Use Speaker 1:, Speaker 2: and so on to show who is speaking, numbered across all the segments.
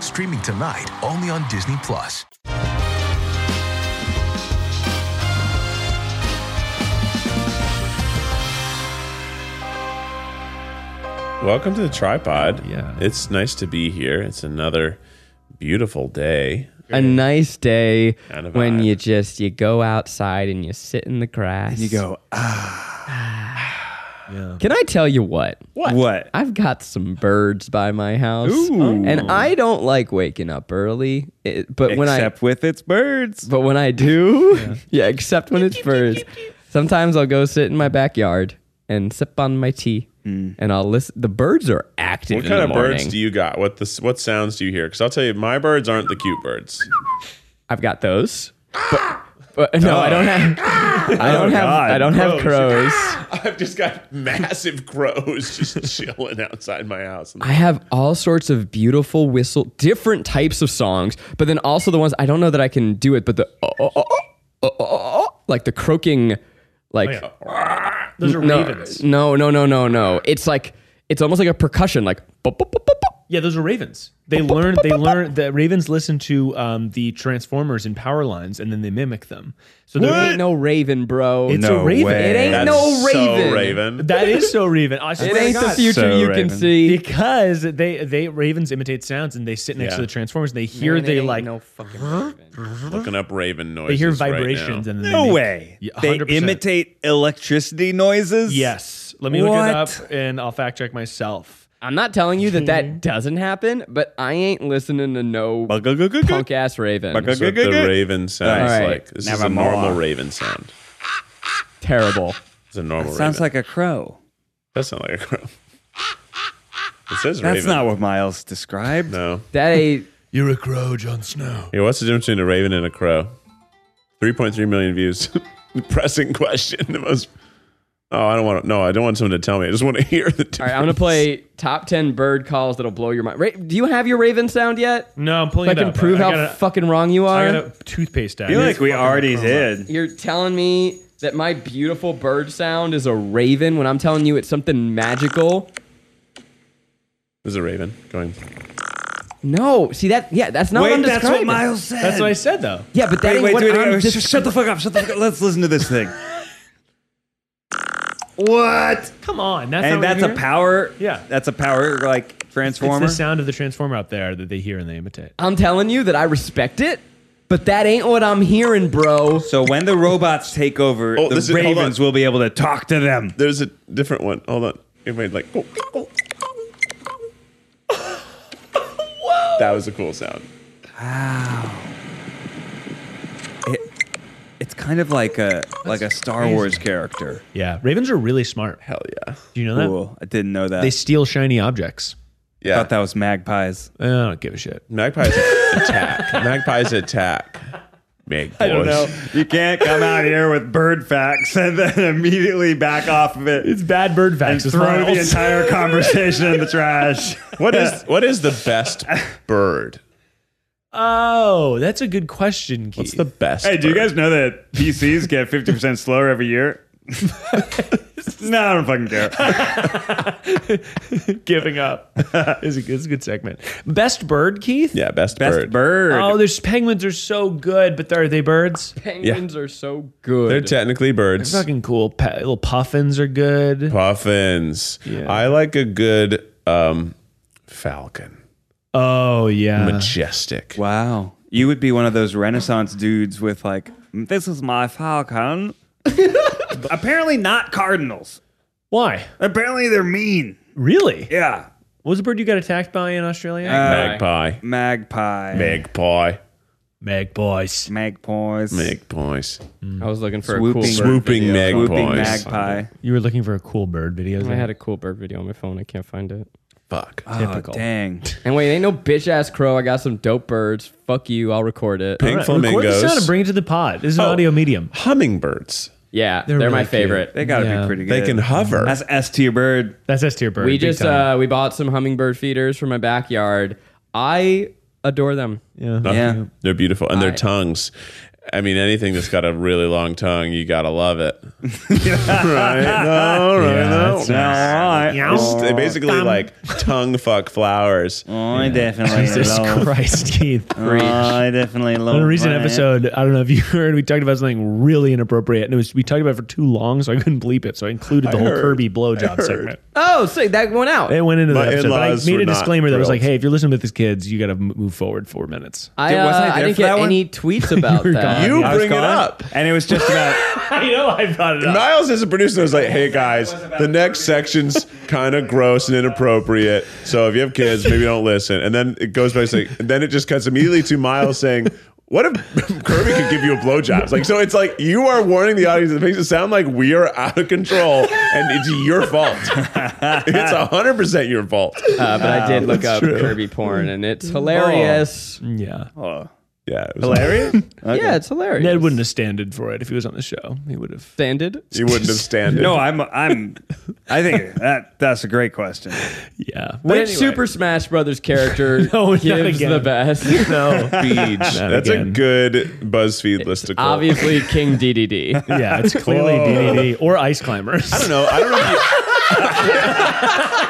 Speaker 1: Streaming tonight, only on Disney Plus.
Speaker 2: Welcome to the tripod.
Speaker 3: Yeah.
Speaker 2: It's nice to be here. It's another beautiful day.
Speaker 3: a nice day
Speaker 2: And a
Speaker 3: when
Speaker 2: vibe.
Speaker 3: you just you go outside and you sit in the grass.
Speaker 4: You go,
Speaker 3: Can I tell you what?
Speaker 4: what? What?
Speaker 3: I've got some birds by my house,
Speaker 4: Ooh.
Speaker 3: and I don't like waking up early. It- but when I
Speaker 4: Except with its birds.
Speaker 3: but when I do, yeah, except when it's birds. Sometimes I'll go sit in my backyard and sip on my tea,
Speaker 4: Hmm.
Speaker 3: and I'll listen. The birds are active.
Speaker 2: What
Speaker 3: in
Speaker 2: kind
Speaker 3: the
Speaker 2: of birds
Speaker 3: morning.
Speaker 2: do you got? What this? What sounds do you hear? Because I'll tell you, my birds aren't the cute birds.
Speaker 3: I've got those. But, but no, I don't have. I
Speaker 2: Oh,
Speaker 3: don't have.
Speaker 4: God.
Speaker 3: I don't have
Speaker 2: Crows.
Speaker 3: crows.
Speaker 2: I've just got massive crows just chilling outside my house.
Speaker 3: I have all sorts of beautiful whistle, different types of songs, but then also the ones I don't know that I can do it, but the oh, oh, oh, oh, oh, oh, oh, like the croaking, like
Speaker 5: Oh, Those are
Speaker 3: no,
Speaker 5: ravens.
Speaker 3: no, no, no, no, no. It's like it's almost like a percussion, like bop, bop, bop, bop, bop.
Speaker 5: Yeah, those are ravens. They learn. They learn. The ravens listen to um, the transformers and power lines, and then they mimic them. So
Speaker 3: There
Speaker 5: they're
Speaker 3: ain't no raven, bro.
Speaker 5: It's
Speaker 3: No.
Speaker 5: a raven.
Speaker 4: way.
Speaker 3: It ain't
Speaker 2: That's
Speaker 3: no
Speaker 2: So
Speaker 3: raven.
Speaker 2: raven.
Speaker 5: that is so raven. I
Speaker 3: It
Speaker 5: swear to
Speaker 3: ain't the
Speaker 5: God.
Speaker 3: future
Speaker 4: So
Speaker 3: you
Speaker 4: raven.
Speaker 3: can see.
Speaker 5: because they they ravens imitate sounds and they sit next
Speaker 2: Yeah.
Speaker 5: to the transformers. and They hear
Speaker 3: Man, it
Speaker 5: they
Speaker 3: ain't
Speaker 5: like
Speaker 3: no fucking raven.
Speaker 2: Looking up raven noises.
Speaker 5: they hear
Speaker 2: right now.
Speaker 5: vibrations and then they
Speaker 4: No
Speaker 5: make-
Speaker 4: way.
Speaker 5: Yeah,
Speaker 4: They
Speaker 5: 100%.
Speaker 4: imitate electricity noises.
Speaker 5: Yes. Let me look it
Speaker 4: What?
Speaker 5: up and I'll fact check myself.
Speaker 3: I'm not telling you that
Speaker 5: Mm-hmm.
Speaker 3: that doesn't happen, but I ain't listening to no punk
Speaker 4: Punk
Speaker 3: ass raven.
Speaker 2: That's what the raven sounds
Speaker 3: Alright.
Speaker 2: like. This is a
Speaker 4: Nevermore.
Speaker 2: normal raven sound.
Speaker 3: Terrible.
Speaker 2: It's a normal.
Speaker 4: Sounds
Speaker 2: raven.
Speaker 4: like a crow.
Speaker 2: that's not like a crow. It says
Speaker 4: That's
Speaker 2: raven.
Speaker 4: not what Miles described.
Speaker 2: No.
Speaker 3: That ain't.
Speaker 5: You're a crow, Jon Snow.
Speaker 2: Yeah, what's the difference between a raven and a crow? 3.3 million views. Pressing question. The most. Oh, I don't want to. No, I don't want someone to tell me. I just want to hear the.
Speaker 3: All right, I'm gonna play top ten bird calls that'll blow your mind. Ra- do you have your Raven sound yet?
Speaker 5: No, I'm
Speaker 3: So
Speaker 5: pulling
Speaker 3: I
Speaker 5: it
Speaker 3: can
Speaker 5: up.
Speaker 3: prove
Speaker 5: I
Speaker 3: how
Speaker 5: got a-
Speaker 3: fucking wrong you
Speaker 5: I
Speaker 3: are.
Speaker 5: got a toothpaste
Speaker 4: I
Speaker 5: out.
Speaker 4: feel like we already did.
Speaker 3: You're telling me that my beautiful bird sound is a raven when I'm telling you it's something magical.
Speaker 2: This is a raven going.
Speaker 3: No, see that? Yeah, that's not what I'm
Speaker 4: Wait, that's
Speaker 3: describing.
Speaker 4: what Miles said.
Speaker 5: That's what I said though.
Speaker 3: Yeah, but that
Speaker 4: Wait,
Speaker 3: ain't
Speaker 4: wait,
Speaker 3: what
Speaker 4: wait,
Speaker 3: I'm
Speaker 4: wait,
Speaker 3: dis-
Speaker 4: sh- shut the fuck up. Shut the fuck up. Let's listen to this thing. what?
Speaker 5: Come on, that's
Speaker 4: and
Speaker 5: not what
Speaker 4: that's
Speaker 5: you
Speaker 4: a
Speaker 5: hear?
Speaker 4: power.
Speaker 5: Yeah.
Speaker 4: That's a power like transformer.
Speaker 5: It's the sound of the transformer out there that they hear and they imitate.
Speaker 3: I'm telling you that I respect it, but that ain't what I'm hearing, bro.
Speaker 4: So when the robots take over,
Speaker 2: Oh,
Speaker 4: the
Speaker 2: this is- hold on.
Speaker 4: ravens will be able to talk to them.
Speaker 2: There's a different one. Hold on. It made like. oh, oh. That was a cool sound.
Speaker 4: It, it's kind of like a like a Star Wars character.
Speaker 5: Yeah, ravens are really smart.
Speaker 2: Hell yeah.
Speaker 5: Do you know that?
Speaker 4: Cool. I didn't know that.
Speaker 5: They steal shiny objects.
Speaker 4: I
Speaker 2: Yeah.
Speaker 4: thought that was magpies.
Speaker 5: I don't give a shit.
Speaker 2: Magpies attack. Magpies attack. Big boys. I
Speaker 4: You can't come out here with bird facts and then immediately back off of it
Speaker 5: It's bad bird facts. It's miles.
Speaker 4: entire conversation in the trash.
Speaker 2: What is what is the best bird?
Speaker 5: oh, that's a good question, Keith.
Speaker 2: What's the best?
Speaker 4: Hey, do you
Speaker 2: bird?
Speaker 4: guys know that PCs get 50% slower every year? no, I don't fucking care.
Speaker 5: giving up? is a, it's a good segment. Best bird, Keith.
Speaker 2: Yeah, best, bird.
Speaker 5: Oh, there's penguins are so good, but are they birds?
Speaker 3: Penguins are so good.
Speaker 2: They're technically birds.
Speaker 5: Fucking cool. Pe- little puffins are good.
Speaker 2: Puffins.
Speaker 5: Yeah.
Speaker 2: I like a good um, falcon.
Speaker 5: Oh yeah.
Speaker 2: Majestic.
Speaker 4: Wow. You would be one of those Renaissance dudes with, like, "Mm, this is my falcon. Apparently, not cardinals.
Speaker 5: Why?
Speaker 4: Apparently, they're mean.
Speaker 5: Really?
Speaker 4: Yeah.
Speaker 5: What was the bird you got attacked by in Australia?
Speaker 2: Uh, Magpie.
Speaker 4: Magpie.
Speaker 2: Magpie.
Speaker 5: Magpies.
Speaker 4: Magpies.
Speaker 2: Magpies.
Speaker 3: I was looking for
Speaker 4: Swooping-
Speaker 3: a cool bird
Speaker 2: Swooping
Speaker 3: video.
Speaker 2: magpies.
Speaker 4: Whooping magpie.
Speaker 5: You were looking for a cool bird video.
Speaker 3: I had a cool bird video on my phone. I can't find it.
Speaker 2: Fuck.
Speaker 5: Typical.
Speaker 4: Oh, dang.
Speaker 3: And wait, ain't no bitch ass crow. I got some dope birds. Fuck you. I'll record it.
Speaker 2: Pink
Speaker 5: Record the
Speaker 2: flamingos.
Speaker 5: sound and bring it to the pod. This is an
Speaker 2: Oh.
Speaker 5: audio medium.
Speaker 2: hummingbirds.
Speaker 3: Yeah, they're,
Speaker 5: really
Speaker 3: my
Speaker 5: cute.
Speaker 3: favorite.
Speaker 4: They gotta
Speaker 5: Yeah.
Speaker 4: be pretty good.
Speaker 2: They can hover.
Speaker 4: That's S tier bird.
Speaker 5: That's S tier bird.
Speaker 3: we
Speaker 5: big
Speaker 3: just
Speaker 5: time.
Speaker 3: uh, we bought some hummingbird feeders for my backyard. I adore them.
Speaker 5: yeah.
Speaker 4: Yeah.
Speaker 2: Uh, They're beautiful. And their
Speaker 3: I-
Speaker 2: tongues. I mean, anything that's got a really long tongue, you gotta love it. right?
Speaker 3: uh,
Speaker 2: No, right?
Speaker 5: Yeah,
Speaker 2: no.
Speaker 5: that's
Speaker 4: All right.
Speaker 5: Yeah.
Speaker 2: It's- they basically like tongue fuck flowers.
Speaker 4: Oh, I definitely
Speaker 5: Jesus
Speaker 4: love.
Speaker 5: Christ, Keith.
Speaker 4: Oh, I definitely love.
Speaker 5: On a recent
Speaker 4: that.
Speaker 5: episode, I don't know if you heard, we talked about something really inappropriate, and it was we talked about it for too long, so I couldn't bleep it. So I included the whole
Speaker 2: heard.
Speaker 5: Kirby
Speaker 2: I
Speaker 5: blowjob
Speaker 2: heard.
Speaker 5: segment.
Speaker 3: Oh, so that went out.
Speaker 5: It went into
Speaker 2: My
Speaker 5: the episode, but I
Speaker 2: in-laws
Speaker 5: made
Speaker 2: were
Speaker 5: a
Speaker 2: not
Speaker 5: disclaimer that was like,
Speaker 2: thrilled.
Speaker 5: "Hey, if you're listening with these kids, you got to move forward four minutes."
Speaker 3: I,
Speaker 4: Dude,
Speaker 3: uh,
Speaker 4: wasn't I
Speaker 3: I,
Speaker 4: there
Speaker 3: didn't
Speaker 4: for
Speaker 3: get
Speaker 4: that one?
Speaker 3: any tweets about that.
Speaker 2: You
Speaker 4: I was
Speaker 2: bring it
Speaker 4: gone,
Speaker 2: up.
Speaker 4: and it was just about.
Speaker 5: I know I brought it
Speaker 2: Niles is a producer. I was like, hey guys, the next section's kind of gross and inappropriate. So if you have kids, maybe don't listen. And then it goes by saying, and then it just cuts immediately to Miles saying, what if Kirby could give you a blowjob? It's like, so it's like you are warning the audience. It makes it sound like we are out of control and it's your fault. It's 100% your fault.
Speaker 3: Uh, but I did look up Kirby porn, and it's hilarious.
Speaker 5: Yeah,
Speaker 2: Yeah. it was-
Speaker 4: Hilarious.
Speaker 3: Yeah, it's hilarious.
Speaker 5: Ned wouldn't have standed for it if he was on the show. He would have.
Speaker 3: standed.
Speaker 2: You wouldn't have standed.
Speaker 4: No, I'm. I'm. I think that that's a great question.
Speaker 5: Yeah.
Speaker 3: Which
Speaker 5: Wait,
Speaker 3: Super Smash Brothers character
Speaker 5: No, not
Speaker 3: gives
Speaker 5: again.
Speaker 3: the best?
Speaker 5: no.
Speaker 2: Beach. That's
Speaker 5: again.
Speaker 2: a good BuzzFeed listicle.
Speaker 3: Obviously, King DDD.
Speaker 5: Yeah, it's clearly DDD or ice climbers.
Speaker 2: I don't know. I don't know. If you,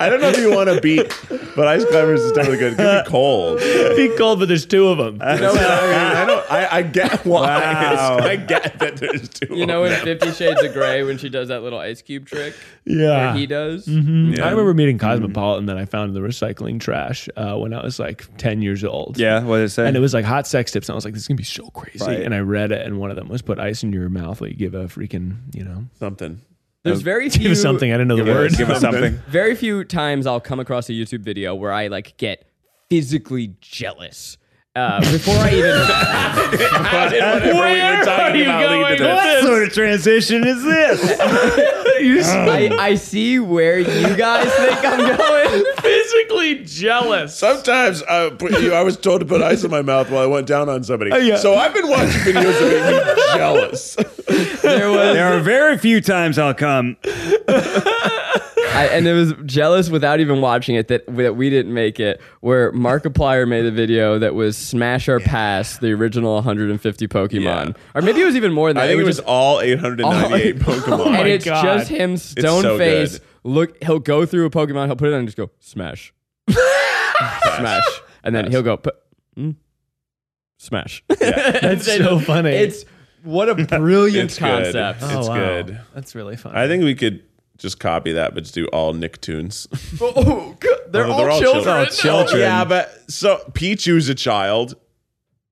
Speaker 2: I don't know if you want to beat, but ice climbers is definitely good. It could be cold.
Speaker 5: Be cold, but there's two of them.
Speaker 2: No, I, mean, I don't. I, I get why.
Speaker 4: Wow.
Speaker 2: I get that there's two.
Speaker 3: You know,
Speaker 2: of
Speaker 3: in
Speaker 2: them.
Speaker 3: Fifty Shades of Grey, when she does that little ice cube trick,
Speaker 5: yeah.
Speaker 3: he does.
Speaker 5: I remember meeting Cosmopolitan that I found in the recycling trash uh, when I was like 10 years old.
Speaker 4: Yeah. What did it say?
Speaker 5: And it was like hot sex tips. And I was like, this is going to be so crazy.
Speaker 4: Right.
Speaker 5: And I read it, and one of them was put ice in your mouth while you give a freaking, you know,
Speaker 2: something.
Speaker 3: There's very
Speaker 5: give
Speaker 3: few
Speaker 5: us something. I didn't know the
Speaker 4: Give
Speaker 5: word.
Speaker 4: us- give us something.
Speaker 3: very few times I'll come across a YouTube video where I like get physically jealous. Uh, before I even
Speaker 2: How did whatever we were talking about lead to
Speaker 4: What sort of transition is this?
Speaker 3: I, I see where you guys think I'm going.
Speaker 5: physically jealous.
Speaker 2: Sometimes I, put, you, I was told to put ice in my mouth while I went down on somebody.
Speaker 5: yeah.
Speaker 2: So I've been watching videos of me jealous.
Speaker 3: There was
Speaker 4: There are very few times I'll come. uh,
Speaker 3: I, and it was jealous without even watching it that that we didn't make it. Where Markiplier made a video that was Smash or Pass, the original 150 Pokemon,
Speaker 2: Yeah.
Speaker 3: or maybe it was even more than that.
Speaker 2: I think it
Speaker 3: was
Speaker 2: was all 898 Pokemon.
Speaker 3: and Oh it's
Speaker 5: God.
Speaker 3: just him stone
Speaker 2: so
Speaker 3: face.
Speaker 2: good.
Speaker 3: Look, he'll go through a Pokemon, he'll put it on, and just go smash, smash, and then he'll go "P- mm, smash.
Speaker 5: That's so funny.
Speaker 3: It's what a brilliant
Speaker 2: It's good.
Speaker 3: concept.
Speaker 2: Oh. It's good.
Speaker 5: That's really fun.
Speaker 2: I think we could just copy that, but just do all Nicktoons.
Speaker 3: Oh, oh, God, they're,
Speaker 2: Although
Speaker 3: all, children.
Speaker 4: All children.
Speaker 2: Yeah, but so Pichu's a child.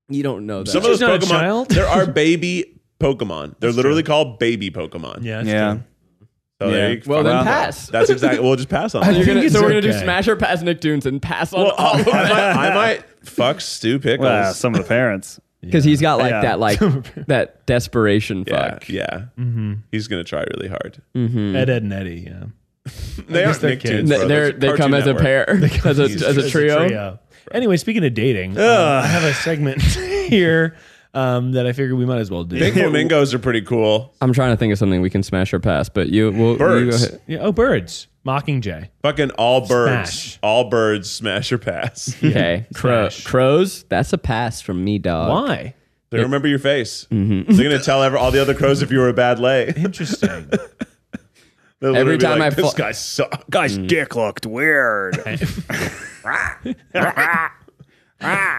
Speaker 3: You don't know that.
Speaker 2: Some of those
Speaker 5: She's not a
Speaker 2: Pokemon,
Speaker 5: child.
Speaker 2: there are baby Pokemon. They're literally called baby Pokemon.
Speaker 5: Yeah. that's
Speaker 4: Yeah.
Speaker 5: true.
Speaker 2: So there
Speaker 4: Yeah.
Speaker 2: you go.
Speaker 3: well, then
Speaker 4: Wow.
Speaker 3: pass.
Speaker 2: That's exactly. We'll just pass on. that.
Speaker 3: You're
Speaker 5: think
Speaker 3: gonna,
Speaker 5: it's
Speaker 3: so we're gonna do
Speaker 5: okay.
Speaker 3: smash or pass Nicktoons and pass on
Speaker 2: well,
Speaker 3: all
Speaker 2: I'll- I, might, I might fuck Stu Pickles.
Speaker 4: Well, some of the parents.
Speaker 3: because he's got like
Speaker 4: Yeah.
Speaker 3: that like that desperation
Speaker 2: yeah,
Speaker 3: fuck.
Speaker 2: yeah. He's gonna try really hard.
Speaker 5: Ed, Ed, and Eddie. Yeah.
Speaker 2: They aren't
Speaker 5: they're
Speaker 2: Nicktoons.
Speaker 5: kids.
Speaker 3: They-
Speaker 2: bro.
Speaker 3: they're-
Speaker 2: Those are
Speaker 3: they
Speaker 2: Cartoon
Speaker 3: come as a
Speaker 2: Network.
Speaker 3: pair, as a, as a
Speaker 5: As
Speaker 3: trio.
Speaker 5: Anyway, speaking of dating, uh, I have a segment here um, that I figured we might as well do.
Speaker 2: Big flamingos are pretty cool.
Speaker 3: I'm trying to think of something we can smash or pass, but you will. You go
Speaker 2: Birds.
Speaker 3: ahead.
Speaker 5: Yeah, oh, birds. Mockingjay.
Speaker 2: Fucking all birds.
Speaker 5: Smash.
Speaker 2: All birds smash or pass.
Speaker 3: Okay, Crow,
Speaker 5: Smash.
Speaker 3: crows. That's a pass from me, dog.
Speaker 5: Why?
Speaker 2: They remember your face.
Speaker 3: Mm-hmm.
Speaker 2: They're gonna tell ever, all the other crows if you were a bad lay.
Speaker 5: Interesting.
Speaker 2: They'll
Speaker 3: Every
Speaker 2: literally be
Speaker 3: time
Speaker 2: like,
Speaker 3: I
Speaker 2: this
Speaker 3: fl-
Speaker 2: guy sucks.
Speaker 4: Guy's dick looked weird.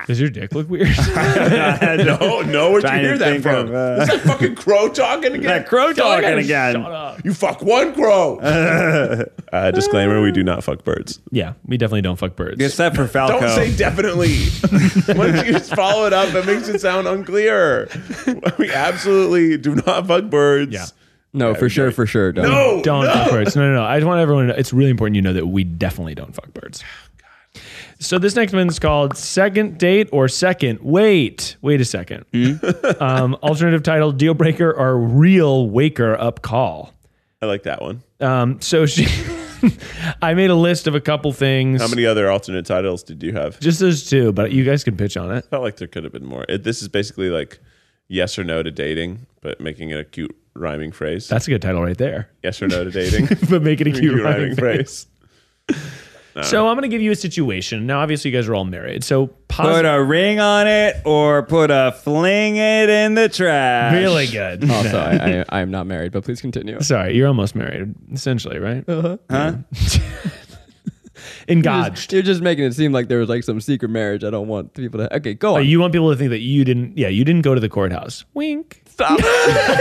Speaker 5: Does your dick look weird?
Speaker 2: No, Oh, no, where'd you
Speaker 4: Trying to
Speaker 2: hear that
Speaker 4: think
Speaker 2: from?
Speaker 4: of, uh,
Speaker 2: Is that fucking crow talking again?
Speaker 4: that crow talking again.
Speaker 2: You fuck one crow. uh, disclaimer: We do not fuck birds.
Speaker 5: yeah, we definitely don't fuck birds.
Speaker 4: Except for Falco.
Speaker 2: Don't say definitely. Why don't you just follow it up? It makes it sound unclear. we absolutely do not fuck birds.
Speaker 5: Yeah.
Speaker 3: No, for sure, for sure. Dog.
Speaker 2: No,
Speaker 5: don't
Speaker 2: no.
Speaker 5: fuck birds. No, no, no. I just want everyone to know. It's really important you know that we definitely don't fuck birds.
Speaker 2: Oh,
Speaker 5: So this next one's called Second Date or Second Wait. Wait a 2nd
Speaker 2: Hmm?
Speaker 5: um, alternative title Deal Breaker or Real Waker Up Call.
Speaker 2: I like that one.
Speaker 5: Um, so she I made a list of a couple things.
Speaker 2: How many other alternate titles did you have?
Speaker 5: Just those two, but you guys can pitch on it.
Speaker 2: felt like there could have been more. It, this is basically like yes or no to dating, but making it a cute rhyming phrase.
Speaker 5: That's a good title right there.
Speaker 2: yes or no to dating.
Speaker 5: but make it a cute
Speaker 2: Cute
Speaker 5: rhyming,
Speaker 2: rhyming
Speaker 5: phrase. So I'm going to give you a situation. Now, obviously, you guys are all married. So
Speaker 4: Put
Speaker 5: positive.
Speaker 4: a ring on it or put a fling it in the trash.
Speaker 5: Really good.
Speaker 3: Also, I, I, I am not married, but please continue.
Speaker 5: Oh, Sorry, you're almost married, essentially, right?
Speaker 4: Huh?
Speaker 3: You're
Speaker 5: Engaged.
Speaker 3: just, you're just making it seem like there was like some secret marriage. I don't want people to. Okay, go
Speaker 5: Oh,
Speaker 3: on.
Speaker 5: you want people to think that you didn't? Yeah, you didn't go to the courthouse. Wink.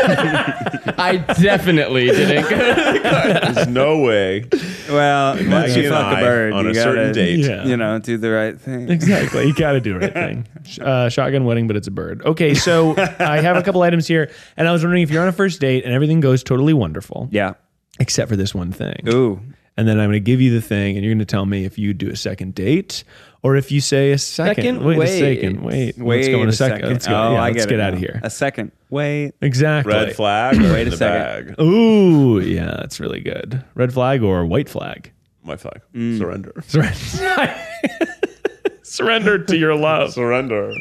Speaker 3: I definitely didn't.
Speaker 2: There's no way.
Speaker 4: Well, once
Speaker 2: Maggie
Speaker 4: you
Speaker 2: and
Speaker 4: fuck a
Speaker 2: I
Speaker 4: bird,
Speaker 2: on
Speaker 4: you
Speaker 2: a
Speaker 4: gotta,
Speaker 2: certain date.
Speaker 5: Yeah.
Speaker 4: you know, do the right thing.
Speaker 5: Exactly. You got to do the right thing. Sh- Uh, shotgun wedding, but it's a bird. Okay, so I have a couple items here, and I was wondering if you're on a first date and everything goes totally wonderful,
Speaker 4: Yeah.
Speaker 5: except for this one thing.
Speaker 4: Ooh.
Speaker 5: And then I'm going to give you the thing, and you're going to tell me if you do a second date or if you say a second.
Speaker 3: Second
Speaker 5: wait, a
Speaker 3: wait.
Speaker 5: second. Wait.
Speaker 4: Wait
Speaker 5: let's go in
Speaker 4: a
Speaker 5: a 2nd
Speaker 4: second.
Speaker 5: Let's go.
Speaker 4: Oh,
Speaker 5: yeah,
Speaker 4: I
Speaker 5: let's
Speaker 4: get,
Speaker 5: get
Speaker 4: it
Speaker 5: out
Speaker 4: now.
Speaker 5: of here.
Speaker 4: A second. Wait.
Speaker 5: Exactly.
Speaker 2: Red flag or
Speaker 4: Wait
Speaker 2: in
Speaker 4: a
Speaker 2: the
Speaker 4: second.
Speaker 2: bag?
Speaker 5: Ooh, yeah, that's really good. Red flag or white flag?
Speaker 2: My flag. Surrender.
Speaker 5: Surrender. Surrender to your love.
Speaker 2: Surrender.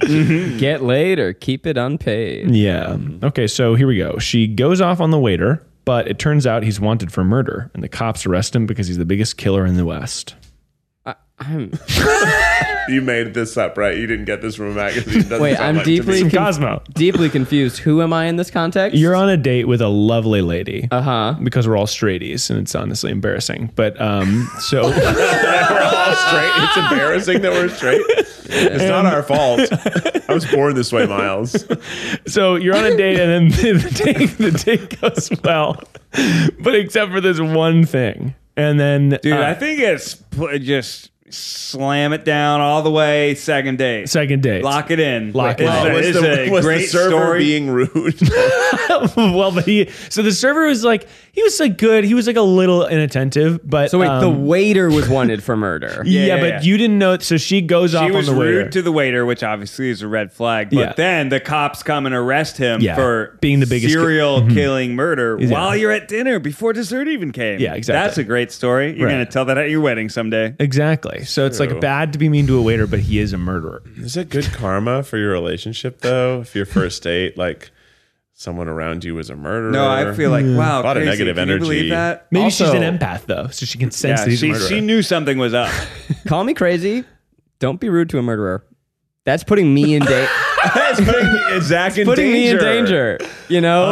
Speaker 3: Get laid or keep it unpaid.
Speaker 5: Yeah. Okay, so here we go. She goes off on the waiter, but it turns out he's wanted for murder, and the cops arrest him because he's the biggest killer in the West.
Speaker 2: you made this up, right? You didn't get this from a magazine. Doesn't
Speaker 3: Wait,
Speaker 2: sound
Speaker 3: I'm
Speaker 2: like to me.
Speaker 3: deeply-
Speaker 5: Some
Speaker 3: Can-
Speaker 5: Cosmo.
Speaker 3: Deeply confused. Who am I in this context?
Speaker 5: You're on a date with a lovely lady.
Speaker 3: Uh huh.
Speaker 5: because we're all straighties and it's honestly embarrassing. But um, so
Speaker 2: we're all straight. It's embarrassing that we're straight. It's not our fault. I was born this way, Miles.
Speaker 5: so you're on a date and then the date, the date goes well, but except for this one thing. And then
Speaker 4: Dude,
Speaker 5: uh,
Speaker 4: I think it's pl- just slam it down all the way, second date.
Speaker 5: second date.
Speaker 4: Lock it in.
Speaker 5: Lock it
Speaker 4: It's
Speaker 5: in.
Speaker 4: a-
Speaker 2: was
Speaker 4: it's
Speaker 2: the,
Speaker 4: a
Speaker 2: was the
Speaker 4: great
Speaker 2: server
Speaker 4: story.
Speaker 2: being rude?
Speaker 5: well, but he so the server was like he was like good. He was like a little inattentive, but
Speaker 3: So wait, the
Speaker 5: um,
Speaker 3: waiter was wanted for murder.
Speaker 5: yeah,
Speaker 4: yeah,
Speaker 5: but
Speaker 4: yeah.
Speaker 5: you didn't know. it, So she goes off
Speaker 4: she was
Speaker 5: on the
Speaker 4: rude
Speaker 5: waiter.
Speaker 4: to the waiter, which obviously is a red flag. But
Speaker 5: Yeah.
Speaker 4: then the cops come and arrest him
Speaker 5: Yeah.
Speaker 4: for
Speaker 5: Being the biggest ki- mm-hmm.
Speaker 4: serial killing murder
Speaker 5: Yeah.
Speaker 4: while you're at dinner before dessert even came.
Speaker 5: Yeah, exactly.
Speaker 4: That's a great story. You're
Speaker 5: Right.
Speaker 4: gonna tell that at your wedding someday.
Speaker 5: exactly. So it's like bad to be mean to a waiter, but he is a murderer.
Speaker 2: Is it good karma for your relationship though? If your first date, like someone around you was a murderer?
Speaker 4: No, I feel like wow,
Speaker 2: A lot of
Speaker 4: crazy.
Speaker 2: negative
Speaker 4: Can you
Speaker 2: energy.
Speaker 4: believe that?
Speaker 5: Maybe she's
Speaker 3: Also-
Speaker 5: an empath though, so she can sense
Speaker 4: Yeah,
Speaker 5: that he's a
Speaker 4: she,
Speaker 5: murderer.
Speaker 4: she knew something was up.
Speaker 3: Call me crazy. Don't be rude to a murderer. That's putting me in danger.
Speaker 2: that's putting Zach in
Speaker 3: putting me in
Speaker 2: danger.
Speaker 3: danger. You know.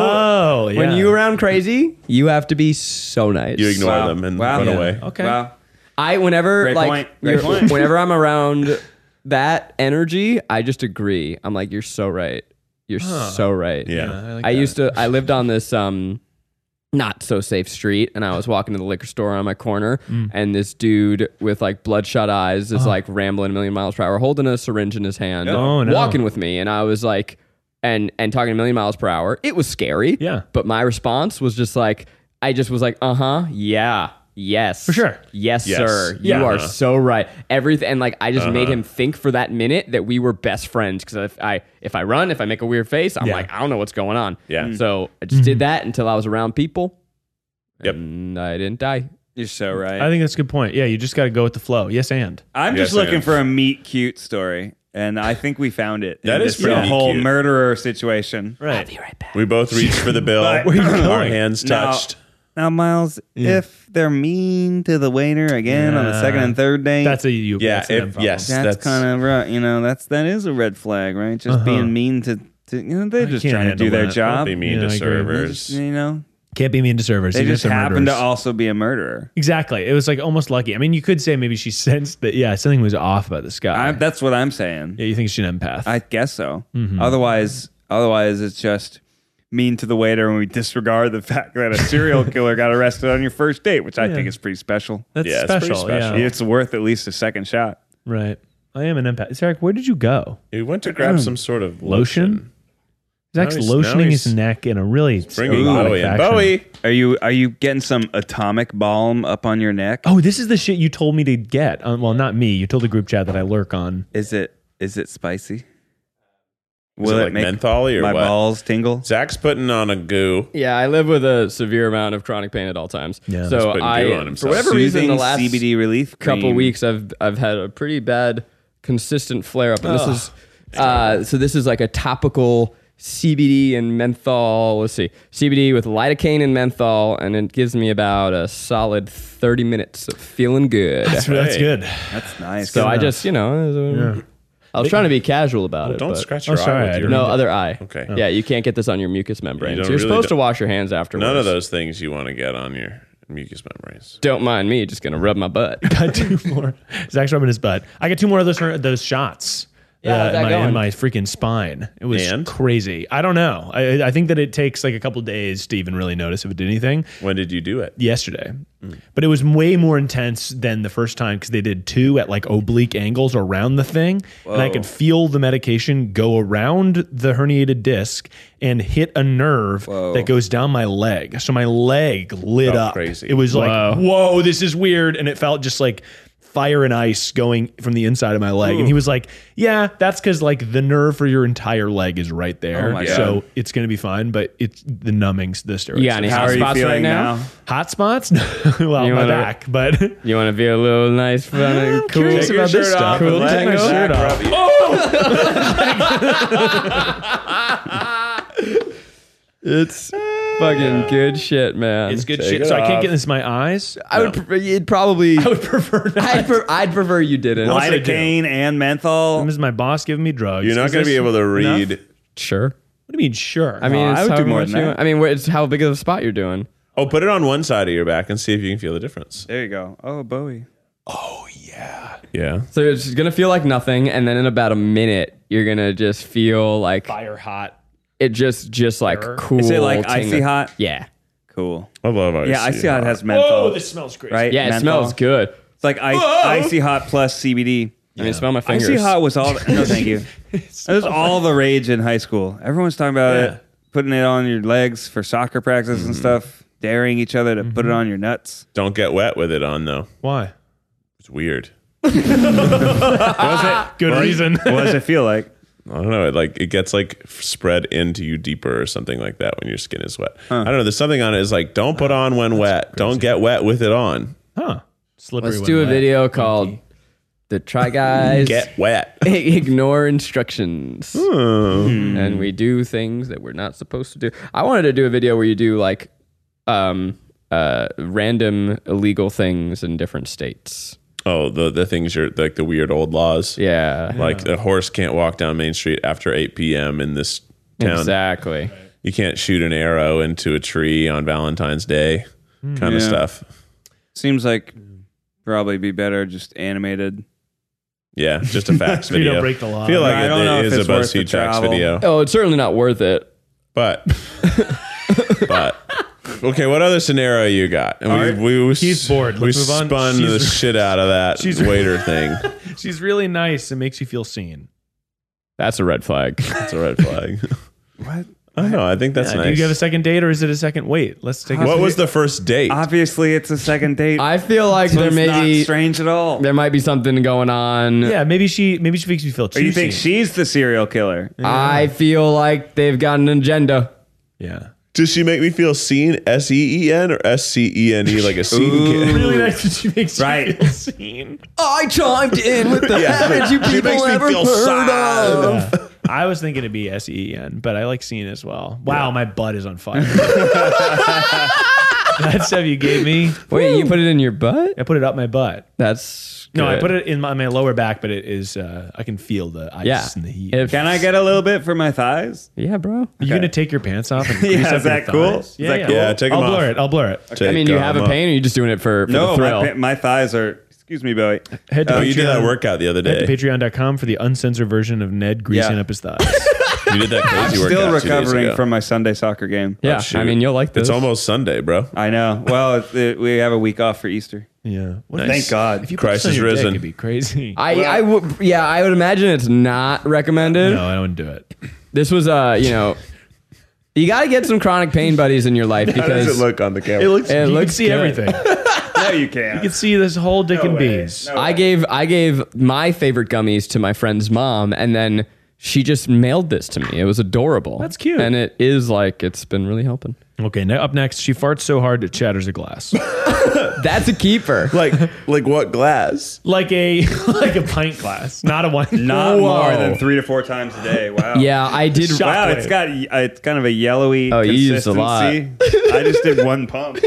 Speaker 5: Oh, yeah.
Speaker 3: When you around crazy, you have to be so nice.
Speaker 2: You ignore
Speaker 4: Wow.
Speaker 2: them and
Speaker 4: Wow.
Speaker 2: run
Speaker 4: Yeah.
Speaker 2: away.
Speaker 5: Okay.
Speaker 4: Wow.
Speaker 3: I whenever
Speaker 4: Great
Speaker 3: like
Speaker 4: point. Great
Speaker 3: you're-
Speaker 4: point.
Speaker 3: whenever I'm around that energy, I just agree. I'm like, you're so right. You're so right.
Speaker 2: Yeah.
Speaker 5: I, like
Speaker 3: I
Speaker 5: that.
Speaker 3: used to I lived on this um not so safe street and I was walking to the liquor store on my corner
Speaker 5: Mm.
Speaker 3: and this dude with like bloodshot eyes is like rambling a million miles per hour holding a syringe in his hand
Speaker 5: Uh-huh. Oh, no.
Speaker 3: walking with me and I was like and and talking a million miles per hour it was scary
Speaker 5: Yeah.
Speaker 3: but my response was just like I just was like uh-huh yeah yes for
Speaker 5: sure.
Speaker 3: yes,
Speaker 2: Yes.
Speaker 3: sir
Speaker 5: Yeah.
Speaker 3: you are
Speaker 5: Uh-huh.
Speaker 3: so right everything and like I just made
Speaker 2: Uh-huh.
Speaker 3: him think for that minute that we were best friends because if I if I run if I make a weird face I'm
Speaker 5: Yeah.
Speaker 3: like I don't know what's going on
Speaker 2: Yeah. Mm.
Speaker 3: so I just did that until I was around people.
Speaker 2: Yep.
Speaker 3: And I didn't die.
Speaker 4: You're so right.
Speaker 5: I think that's a good point. Yeah, you just got to go with the flow. Yes, and
Speaker 4: I'm just
Speaker 2: Yes, I
Speaker 4: looking
Speaker 2: am.
Speaker 4: for a meet cute story, and I think we found it.
Speaker 2: That
Speaker 4: in
Speaker 2: is
Speaker 4: this uh,
Speaker 2: pretty
Speaker 4: whole
Speaker 2: cute.
Speaker 4: murderer situation.
Speaker 5: right.
Speaker 2: We both reached for the bill.
Speaker 4: But-
Speaker 2: Our hands
Speaker 4: Now-
Speaker 2: touched.
Speaker 4: Now, Miles, if they're mean to the waiter again on the
Speaker 5: Yeah.
Speaker 4: second and third date,
Speaker 5: That's a you.
Speaker 2: Yeah,
Speaker 5: that's an
Speaker 2: if-
Speaker 5: end problem.
Speaker 2: yes.
Speaker 4: that's,
Speaker 2: that's-
Speaker 4: kind of rough. You know, that's that is a red flag, right? Just being mean to, to you know, they're just
Speaker 5: can't
Speaker 4: trying to do
Speaker 5: handle
Speaker 4: their
Speaker 5: that.
Speaker 4: job.
Speaker 2: Be mean
Speaker 5: Yeah,
Speaker 2: to
Speaker 5: I
Speaker 4: They
Speaker 5: agree.
Speaker 2: servers.
Speaker 4: just, you know,
Speaker 5: Can't be mean to servers.
Speaker 4: they
Speaker 5: even
Speaker 4: just
Speaker 5: if they're
Speaker 4: happen to
Speaker 5: murderers.
Speaker 4: also be a murderer.
Speaker 5: Exactly. It was like almost lucky. I mean, you could say maybe she sensed that. Yeah, something was off about this guy.
Speaker 4: I, that's what I'm saying.
Speaker 5: yeah, you think she's an empath?
Speaker 4: I guess so. Otherwise, otherwise it's just mean to the waiter when we disregard the fact that a serial killer got arrested on your first date, which I think is pretty special.
Speaker 5: that's
Speaker 2: Yeah, it's pretty
Speaker 5: special.
Speaker 2: special.
Speaker 5: Yeah.
Speaker 4: It's worth at least a second shot.
Speaker 5: Right. I am an empath. Zach, where did you go?
Speaker 2: We went to
Speaker 3: Mm.
Speaker 2: grab some sort of
Speaker 5: Lotion?
Speaker 2: lotion.
Speaker 5: Zach's
Speaker 2: he's- now
Speaker 5: lotioning his
Speaker 2: he's
Speaker 5: neck in a really
Speaker 2: Bringing
Speaker 5: erotic
Speaker 2: Bowie in.
Speaker 5: fashion.
Speaker 2: Bowie.
Speaker 4: Are you are you getting some atomic balm up on your neck?
Speaker 5: Oh, this is the shit you told me to get. Uh, Um, well, not me. You told the group chat that I lurk on.
Speaker 4: Is it is it spicy? Will
Speaker 2: it
Speaker 4: it,
Speaker 2: like
Speaker 4: make
Speaker 2: menthol-y or
Speaker 4: my
Speaker 2: what?
Speaker 4: balls tingle?
Speaker 2: Zach's putting on a goo.
Speaker 3: Yeah, I live with a severe amount of chronic pain at all times.
Speaker 5: Yeah. He's
Speaker 3: so
Speaker 2: putting
Speaker 3: I,
Speaker 2: goo on
Speaker 3: for
Speaker 2: himself.
Speaker 3: whatever reason, the
Speaker 4: Soothing
Speaker 3: last
Speaker 4: CBD relief
Speaker 3: couple
Speaker 4: cream.
Speaker 3: weeks, I've I've had a pretty bad, consistent flare up, and this is, uh, so this is like a topical CBD and menthol. Let's see, CBD with lidocaine and menthol, and it gives me about a solid thirty minutes of feeling good.
Speaker 5: That's
Speaker 2: Hey.
Speaker 5: good.
Speaker 4: That's nice.
Speaker 3: so I just, you know, uh, I was trying to be casual about it.
Speaker 2: Don't
Speaker 3: but-
Speaker 2: scratch
Speaker 5: Oh,
Speaker 2: your
Speaker 5: sorry,
Speaker 2: eye
Speaker 5: I
Speaker 2: with your
Speaker 5: didn't-
Speaker 3: No, other eye.
Speaker 2: Okay.
Speaker 3: Yeah, you can't get this on your mucus membrane.
Speaker 2: don't
Speaker 3: so you're
Speaker 2: really
Speaker 3: supposed to
Speaker 2: don't-
Speaker 3: wash your hands afterwards.
Speaker 2: None of those things you want to get on your mucous membranes.
Speaker 3: Don't mind me, just gonna rub my butt.
Speaker 5: Got two more. Zach's rubbing his butt. I got two more of those those shots. uh,
Speaker 3: Yeah, how's
Speaker 5: in
Speaker 3: that
Speaker 5: my, in
Speaker 3: going?
Speaker 5: my freaking spine. It was
Speaker 2: And?
Speaker 5: crazy. I don't know. I, I think that it takes like a couple days to even really notice if it did anything.
Speaker 2: When did you do it?
Speaker 5: yesterday.
Speaker 4: Mm.
Speaker 5: But it was way more intense than the first time because they did two at like oblique angles around the thing. And I could feel the medication go around the herniated disc and hit a nerve that goes down my leg. So my leg lit
Speaker 2: Oh,
Speaker 5: up.
Speaker 2: crazy.
Speaker 5: It was like, whoa, this is weird. And it felt just like fire and ice going from the inside of my leg. And he was like, yeah, that's because like the nerve for your entire leg is right there.
Speaker 4: Oh my
Speaker 5: so
Speaker 4: God.
Speaker 5: it's going to be fine, but it's the numbings, the steroids.
Speaker 3: You got any
Speaker 4: How
Speaker 3: hot
Speaker 4: are you
Speaker 3: spots
Speaker 4: feeling
Speaker 3: right now?
Speaker 4: now?
Speaker 5: Hot spots? well,
Speaker 3: You
Speaker 5: my
Speaker 3: wanna-
Speaker 5: back, but
Speaker 3: You want to be a little nice, fun, and cool?
Speaker 5: curious
Speaker 2: Take your
Speaker 5: about this
Speaker 2: shirt
Speaker 5: stuff.
Speaker 2: off
Speaker 5: Cool.
Speaker 2: and let
Speaker 5: Take my
Speaker 2: go.
Speaker 5: shirt off.
Speaker 2: Rub it.
Speaker 5: Oh!
Speaker 3: It's fucking good shit, man.
Speaker 5: it's good
Speaker 2: Take
Speaker 5: shit.
Speaker 2: it
Speaker 5: So I
Speaker 2: off.
Speaker 5: can't get this in my eyes.
Speaker 3: I would. Pre- you'd probably. I would
Speaker 5: prefer
Speaker 3: I'd, pre- I'd prefer you didn't.
Speaker 5: I do.
Speaker 4: Lidocaine and menthol.
Speaker 5: This is my boss giving me drugs.
Speaker 2: You're not
Speaker 5: Is
Speaker 2: going to
Speaker 5: this
Speaker 2: be able to read.
Speaker 5: enough?
Speaker 3: Sure.
Speaker 5: What do you mean, sure?
Speaker 3: I mean,
Speaker 4: No,
Speaker 3: it's
Speaker 4: I would do
Speaker 3: however
Speaker 4: more
Speaker 3: much
Speaker 4: than
Speaker 3: you-
Speaker 4: that.
Speaker 3: I mean, wh- it's how big of a spot you're doing.
Speaker 2: Oh, put it on one side of your back and see if you can feel the difference.
Speaker 4: There you go. Oh, Bowie.
Speaker 2: Yeah.
Speaker 3: So it's gonna feel like nothing, and then in about a minute, you're gonna just feel like
Speaker 5: fire hot.
Speaker 3: it just, just like cool.
Speaker 4: Is it like icy
Speaker 3: tingle-
Speaker 4: hot?
Speaker 3: Yeah.
Speaker 4: Cool.
Speaker 2: I love ice.
Speaker 4: Yeah, icy hot has menthol.
Speaker 5: Oh, this smells great.
Speaker 4: right?
Speaker 3: Yeah, it
Speaker 4: Menthol.
Speaker 3: smells good.
Speaker 4: It's like ice, icy hot plus CBD.
Speaker 3: I mean, smell my fingers.
Speaker 4: Icy hot was all. No, thank you. That was all the rage in high school. Everyone's talking about
Speaker 5: Yeah.
Speaker 4: it, putting it on your legs for soccer practice and stuff, daring each other to
Speaker 3: Mm-hmm.
Speaker 4: put it on your nuts.
Speaker 2: Don't get wet with it on though.
Speaker 5: Why?
Speaker 2: It's weird.
Speaker 5: Good reason.
Speaker 4: What does it feel like?
Speaker 2: I don't know. It like it gets like f- spread into you deeper or something like that when your skin is wet. I don't know. There's something on it. Is like don't put on when wet. Don't get wet with it on.
Speaker 5: huh? Slippery.
Speaker 3: Let's
Speaker 5: when
Speaker 3: do a
Speaker 5: wet.
Speaker 3: video called "The Try Guys
Speaker 2: Get wet.
Speaker 3: Ignore Instructions,"
Speaker 2: Hmm.
Speaker 3: and we do things that we're not supposed to do. I wanted to do a video where you do like um, uh, random illegal things in different states.
Speaker 2: Oh, the the things are like the weird old laws.
Speaker 3: Yeah,
Speaker 2: Like a horse can't walk down Main Street after 8 p.m. in this town.
Speaker 3: exactly.
Speaker 2: You can't shoot an arrow into a tree on Valentine's Day,
Speaker 5: Hmm.
Speaker 2: kind of
Speaker 4: Yeah.
Speaker 2: stuff.
Speaker 4: Seems like probably be better just animated.
Speaker 2: Yeah, just a facts
Speaker 5: If you
Speaker 2: video.
Speaker 5: don't break the law.
Speaker 2: feel like
Speaker 4: I
Speaker 2: it-
Speaker 4: don't know
Speaker 2: it
Speaker 4: if
Speaker 2: is a
Speaker 4: it's worth the
Speaker 2: BuzzFeed facts
Speaker 4: travel.
Speaker 2: video,
Speaker 3: Oh, it's certainly not worth it.
Speaker 2: but but okay. What other scenario you got? And
Speaker 5: right.
Speaker 2: we, we
Speaker 5: He's bored.
Speaker 2: we
Speaker 5: Let's move on.
Speaker 2: spun
Speaker 5: She's-
Speaker 2: the shit out of that
Speaker 5: She's-
Speaker 2: waiter thing.
Speaker 5: She's really nice and makes you feel seen.
Speaker 3: That's a red flag.
Speaker 2: That's a red flag.
Speaker 4: What?
Speaker 2: I don't know. I think that's
Speaker 5: Yeah, Do
Speaker 2: nice.
Speaker 5: you have a second date or is it a second wait? Let's take. a
Speaker 2: what
Speaker 5: second
Speaker 2: was the first date?
Speaker 4: Obviously, it's a second date.
Speaker 3: I feel like
Speaker 4: so
Speaker 3: there
Speaker 4: it's
Speaker 3: may
Speaker 4: not
Speaker 3: be
Speaker 4: strange at all.
Speaker 3: there might be something going on.
Speaker 5: Yeah, maybe she. Maybe she makes you feel.
Speaker 4: Or you think
Speaker 5: juicy.
Speaker 4: she's the serial killer?
Speaker 3: I feel like they've got an agenda.
Speaker 5: Yeah.
Speaker 2: Does she make me feel seen? S e e n or s c e n e like a scene kid?
Speaker 5: Really nice that she makes you
Speaker 4: Right.
Speaker 5: feel seen.
Speaker 3: I chimed in with the
Speaker 2: Yeah,
Speaker 3: haven't you
Speaker 2: she
Speaker 3: people
Speaker 2: makes me
Speaker 3: ever
Speaker 2: feel
Speaker 3: heard
Speaker 2: sad.
Speaker 3: of?
Speaker 5: I was thinking it'd be S E E N, but I like seeing as well. Wow, my butt is on fire. that stuff you gave me,
Speaker 3: Wait, you put it in your butt?
Speaker 5: I put it up my butt.
Speaker 3: That's
Speaker 5: No, I
Speaker 3: good.
Speaker 5: put it in my, my lower back, but it is. Uh, I can feel the ice
Speaker 3: Yeah.
Speaker 5: and the heat.
Speaker 3: If-
Speaker 4: Can I get a little bit for my thighs?
Speaker 3: Yeah, bro.
Speaker 5: Are you
Speaker 4: Okay.
Speaker 5: gonna take your pants off? And
Speaker 4: Yeah,
Speaker 5: grease
Speaker 4: is
Speaker 5: up your
Speaker 4: that cool?
Speaker 5: thighs?
Speaker 4: Is
Speaker 5: Yeah,
Speaker 4: that
Speaker 5: yeah.
Speaker 4: cool?
Speaker 2: Yeah, take 'em
Speaker 5: I'll
Speaker 2: off.
Speaker 5: blur it. I'll blur it.
Speaker 3: I mean, you have a
Speaker 2: pain.
Speaker 3: pain, or you just doing it for, for the
Speaker 4: No,
Speaker 3: thrill?
Speaker 4: my, pa- my thighs are. Excuse me, Bowie.
Speaker 5: Head to
Speaker 2: Oh,
Speaker 5: Patreon,
Speaker 2: you did that workout the other
Speaker 5: Head to
Speaker 2: day.
Speaker 5: Patreon.com for the uncensored version of Ned greasing
Speaker 4: Yeah.
Speaker 5: up his thighs.
Speaker 2: You did that crazy workout. two
Speaker 4: Still
Speaker 2: days
Speaker 4: recovering
Speaker 2: ago.
Speaker 4: from my Sunday soccer game.
Speaker 3: yeah,
Speaker 2: Shoot.
Speaker 3: I mean, you'll like this.
Speaker 2: It's almost Sunday, bro.
Speaker 4: I know. Well, it, it- we have a week off for Easter.
Speaker 5: yeah. What if-
Speaker 4: Thank God.
Speaker 5: If you put
Speaker 2: Christ
Speaker 5: this on
Speaker 2: is
Speaker 5: your dick,
Speaker 2: risen.
Speaker 5: it'd be crazy.
Speaker 3: I, I would, yeah, I would imagine it's not recommended.
Speaker 5: no, I don't do it.
Speaker 3: This was, uh, you know, you got to get some chronic pain buddies in your life because
Speaker 2: look on the camera?
Speaker 5: It looks.
Speaker 3: It
Speaker 5: you can
Speaker 3: looks
Speaker 5: see
Speaker 3: good.
Speaker 5: everything.
Speaker 4: no, you can't.
Speaker 5: You can see this whole dick and bees.
Speaker 3: I gave I gave my favorite gummies to my friend's mom, and then she just mailed this to me. It was adorable.
Speaker 5: That's cute.
Speaker 3: And it is like it's been really helping.
Speaker 5: Okay, now up next, she farts so hard it shatters a glass,
Speaker 3: That's a keeper.
Speaker 2: Like, like what glass?
Speaker 5: like a like a pint glass, not a wine.
Speaker 4: Not more
Speaker 3: Whoa.
Speaker 4: than three to four times a day. Wow.
Speaker 3: yeah, I did.
Speaker 4: Wow,
Speaker 5: Shot.
Speaker 4: it's got uh, it's kind of a yellowy.
Speaker 3: Oh, you
Speaker 4: consistency.
Speaker 3: used a lot.
Speaker 4: I just did one pump.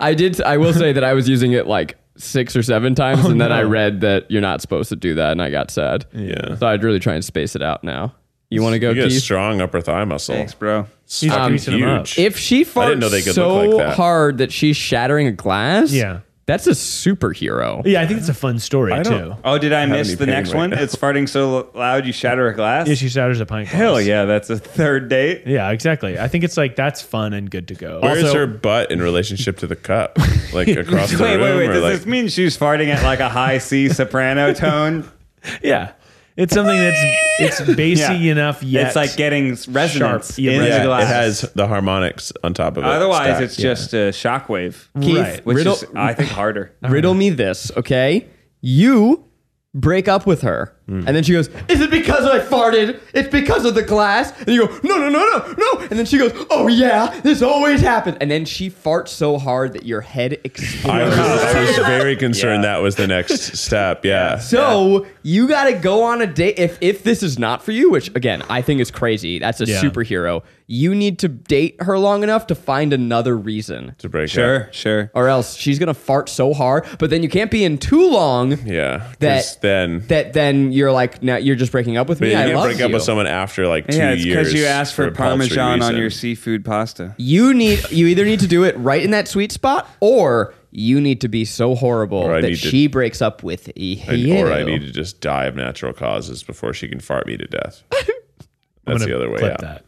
Speaker 3: I did. I will say that I was using it like six or seven times, and then I read that you're not supposed to do that, and I got sad.
Speaker 2: Yeah.
Speaker 3: So I'd really try and space it out now. You want to go,
Speaker 2: You get a
Speaker 3: Keith?
Speaker 2: strong upper thigh muscle.
Speaker 4: Thanks, bro.
Speaker 2: It's fucking
Speaker 5: greasing 'em up.
Speaker 2: huge.
Speaker 3: If she farts
Speaker 2: I didn't know they could
Speaker 3: so
Speaker 2: look like that.
Speaker 3: hard that she's shattering a glass,
Speaker 5: Yeah.
Speaker 3: that's a superhero.
Speaker 5: Yeah, I think it's a fun story too.
Speaker 4: Oh, did I miss
Speaker 2: any
Speaker 4: the
Speaker 2: pain
Speaker 4: next
Speaker 2: right
Speaker 4: one?
Speaker 2: now.
Speaker 4: It's farting so l- loud you shatter a glass.
Speaker 5: Yeah, she shatters a pint.
Speaker 4: Hell
Speaker 5: glass.
Speaker 4: yeah, that's a third date.
Speaker 5: Yeah, exactly. I think it's like that's fun and good to go.
Speaker 2: Where's
Speaker 5: Also-
Speaker 2: her butt in relationship to the cup? Like across the
Speaker 4: Wait,
Speaker 2: room?
Speaker 4: wait, wait.
Speaker 2: or
Speaker 4: Does
Speaker 2: like,
Speaker 4: this mean she's farting at like a high C soprano tone?
Speaker 5: Yeah, it's something that's it's
Speaker 4: Yeah.
Speaker 5: bassy enough yet.
Speaker 4: It's like getting s- resonance
Speaker 5: Sharp. Yeah,
Speaker 4: in
Speaker 2: yeah,
Speaker 4: the glass.
Speaker 2: it has the harmonics on top of it.
Speaker 4: Otherwise,
Speaker 2: stacked.
Speaker 4: it's just a shockwave,
Speaker 3: Keith,
Speaker 5: Right.
Speaker 4: which
Speaker 3: riddle,
Speaker 4: is I think harder.
Speaker 3: riddle me this, okay? You break up with her,
Speaker 2: Hmm.
Speaker 3: and then she goes, "Is it because I farted? It's because of the glass." And you go, "No, no, no, no, no!" And then she goes, "Oh yeah, this always happens." And then she farts so hard that your head
Speaker 2: I was,
Speaker 3: explodes.
Speaker 2: I was very concerned
Speaker 4: Yeah.
Speaker 2: that was the next step. Yeah.
Speaker 3: So you gotta go on a date. If if this is not for you, which again I think is crazy, that's a
Speaker 5: Yeah.
Speaker 3: superhero. You need to date her long enough to find another reason,
Speaker 2: To break up.
Speaker 4: Sure, sure.
Speaker 3: or else she's gonna fart so hard. But then you can't be in too long.
Speaker 2: Yeah. 'cause
Speaker 3: That-
Speaker 2: then.
Speaker 3: that then you're like now you're just breaking up with
Speaker 2: but
Speaker 3: me.
Speaker 2: you
Speaker 3: I
Speaker 2: can't
Speaker 3: love
Speaker 2: break
Speaker 3: you.
Speaker 2: up with someone after like two
Speaker 4: Yeah, it's
Speaker 2: years.
Speaker 4: because you asked for,
Speaker 2: a paltry
Speaker 4: parmesan on
Speaker 2: reason.
Speaker 4: your seafood pasta.
Speaker 3: You need you either need to do it right in that sweet spot, or you need to be so horrible
Speaker 2: Or I
Speaker 3: that
Speaker 2: need to-
Speaker 3: she breaks up with you.
Speaker 2: And- Or I need to just die of natural causes before she can fart me to death. That's
Speaker 5: I'm gonna
Speaker 2: the other way
Speaker 5: clip
Speaker 2: out.
Speaker 5: that.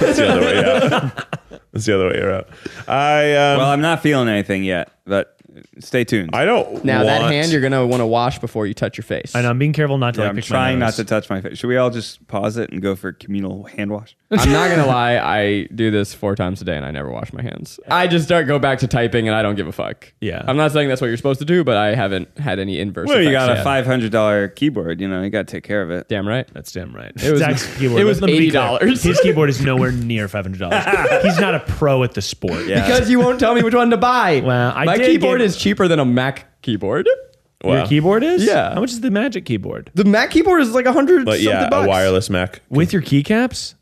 Speaker 2: That's the other way out. That's the other way out. I um,
Speaker 4: Well, I'm not feeling anything yet, but stay tuned.
Speaker 2: I don't
Speaker 3: now that
Speaker 2: want-
Speaker 3: hand you're gonna want to wash before you touch your face.
Speaker 5: I know. I'm being careful not to.
Speaker 4: Yeah,
Speaker 5: like,
Speaker 4: I'm
Speaker 5: pick my
Speaker 4: trying not
Speaker 5: nose.
Speaker 4: to touch my face. Should we all just pause it and go for communal hand wash?
Speaker 3: I'm not gonna lie. I do this four times a day, and I never wash my hands. I just start go back to typing, and I don't give a fuck.
Speaker 5: Yeah.
Speaker 3: I'm not saying that's what you're supposed to do, but I haven't had any inverse.
Speaker 4: Well, you
Speaker 3: effects
Speaker 4: got a
Speaker 3: yet.
Speaker 4: five hundred dollar keyboard. You know, you got to take care of it.
Speaker 3: Damn right.
Speaker 5: That's damn right.
Speaker 3: was-
Speaker 5: Zach's keyboard.
Speaker 3: it was
Speaker 5: let me be clear.
Speaker 3: $80.
Speaker 5: His keyboard is nowhere near five hundred dollars. He's not a pro at the sport.
Speaker 4: Yeah.
Speaker 3: Because you won't tell me which one to buy.
Speaker 5: Well, I
Speaker 3: my
Speaker 5: did
Speaker 3: keyboard
Speaker 5: get-
Speaker 3: is cheaper than a Mac keyboard.
Speaker 5: Your
Speaker 2: Wow.
Speaker 5: keyboard is
Speaker 3: Yeah.
Speaker 5: How much is the Magic keyboard
Speaker 3: The Mac keyboard is like a hundred.
Speaker 2: But yeah,
Speaker 3: something bucks.
Speaker 2: a wireless Mac.
Speaker 5: with your keycaps?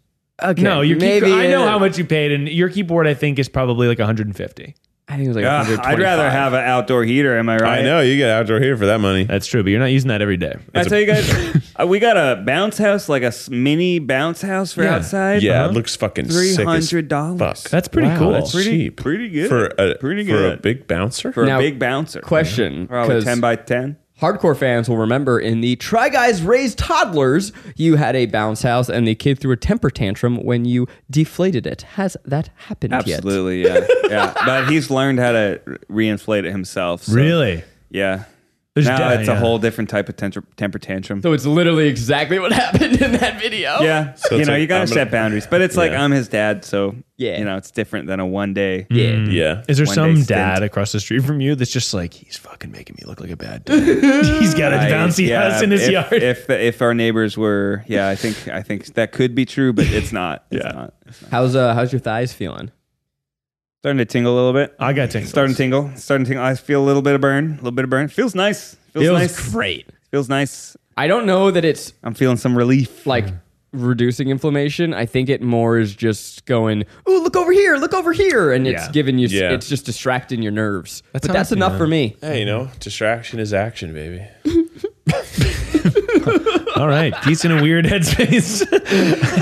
Speaker 5: Okay, no, your
Speaker 3: maybe
Speaker 5: key, I know
Speaker 3: it-
Speaker 5: how much you paid, and your keyboard I think is probably like one hundred and fifty.
Speaker 3: I think it was like
Speaker 4: Ah,
Speaker 3: 125.
Speaker 4: I'd rather have an outdoor heater. Am I right?
Speaker 2: I know you get outdoor heater for that money.
Speaker 5: That's true, but you're not using that every day.
Speaker 4: I tell you guys, uh, we got a bounce house, like a s- mini bounce house for
Speaker 5: Yeah.
Speaker 4: outside.
Speaker 2: Yeah,
Speaker 5: Uh-huh.
Speaker 2: it looks fucking sick as
Speaker 4: $300.
Speaker 2: fuck.
Speaker 5: That's pretty
Speaker 3: Wow,
Speaker 5: cool.
Speaker 2: That's cheap.
Speaker 4: pretty good.
Speaker 2: for a
Speaker 4: Pretty
Speaker 2: for a
Speaker 4: good.
Speaker 2: big bouncer.
Speaker 4: for
Speaker 3: Now-
Speaker 4: a big bouncer.
Speaker 3: Question,
Speaker 4: probably
Speaker 3: 'cause
Speaker 4: ten by ten.
Speaker 3: hardcore fans will remember in the Try Guys Raise Toddlers, you had a bounce house and the kid threw a temper tantrum when you deflated it. Has that happened yet?
Speaker 4: Absolutely, yeah, yeah. But he's learned how to re- reinflate it himself. so-
Speaker 5: Really?
Speaker 4: Yeah.
Speaker 5: There's
Speaker 4: now
Speaker 5: de-
Speaker 4: it's
Speaker 5: yeah.
Speaker 4: a whole different type of tantr- temper tantrum.
Speaker 3: So it's literally exactly what happened in that video.
Speaker 4: Yeah,
Speaker 2: So
Speaker 4: you
Speaker 2: it's
Speaker 4: know,
Speaker 2: like,
Speaker 4: you gotta
Speaker 2: I'm gonna-
Speaker 4: set boundaries. But it's like
Speaker 2: Yeah.
Speaker 4: I'm his dad, so
Speaker 3: Yeah.
Speaker 4: you know, it's different than a one day.
Speaker 5: Mm,
Speaker 3: Yeah.
Speaker 2: yeah,
Speaker 5: Is there
Speaker 4: One day
Speaker 5: some
Speaker 4: stint.
Speaker 5: dad across the street from you that's just like he's fucking making me look like a bad dad? he's got a
Speaker 4: I-
Speaker 5: bouncy
Speaker 4: yeah,
Speaker 5: house in his
Speaker 4: if,
Speaker 5: yard.
Speaker 4: If the, if our neighbors were, yeah, I think I think that could be true, but it's not. It's
Speaker 5: Yeah.
Speaker 4: not. It's not.
Speaker 3: How's uh how's your thighs feeling?
Speaker 4: Starting to tingle a little bit.
Speaker 5: I got tingles.
Speaker 4: Starting to tingle. Starting to tingle. I feel a little bit of burn. A little bit of burn. Feels nice. Feels, nice.
Speaker 3: great.
Speaker 4: Feels nice.
Speaker 3: I don't know that it's
Speaker 4: I'm feeling some relief.
Speaker 3: like reducing inflammation. I think it more is just going, "Ooh, look over here, look over here," and it's
Speaker 5: Yeah.
Speaker 3: giving you
Speaker 2: Yeah.
Speaker 3: it's just distracting your nerves.
Speaker 5: That's
Speaker 3: but
Speaker 5: how I
Speaker 3: that's enough
Speaker 5: feel.
Speaker 3: for me.
Speaker 2: Hey, you know, distraction is action, baby.
Speaker 5: All right, Keith's in a weird headspace.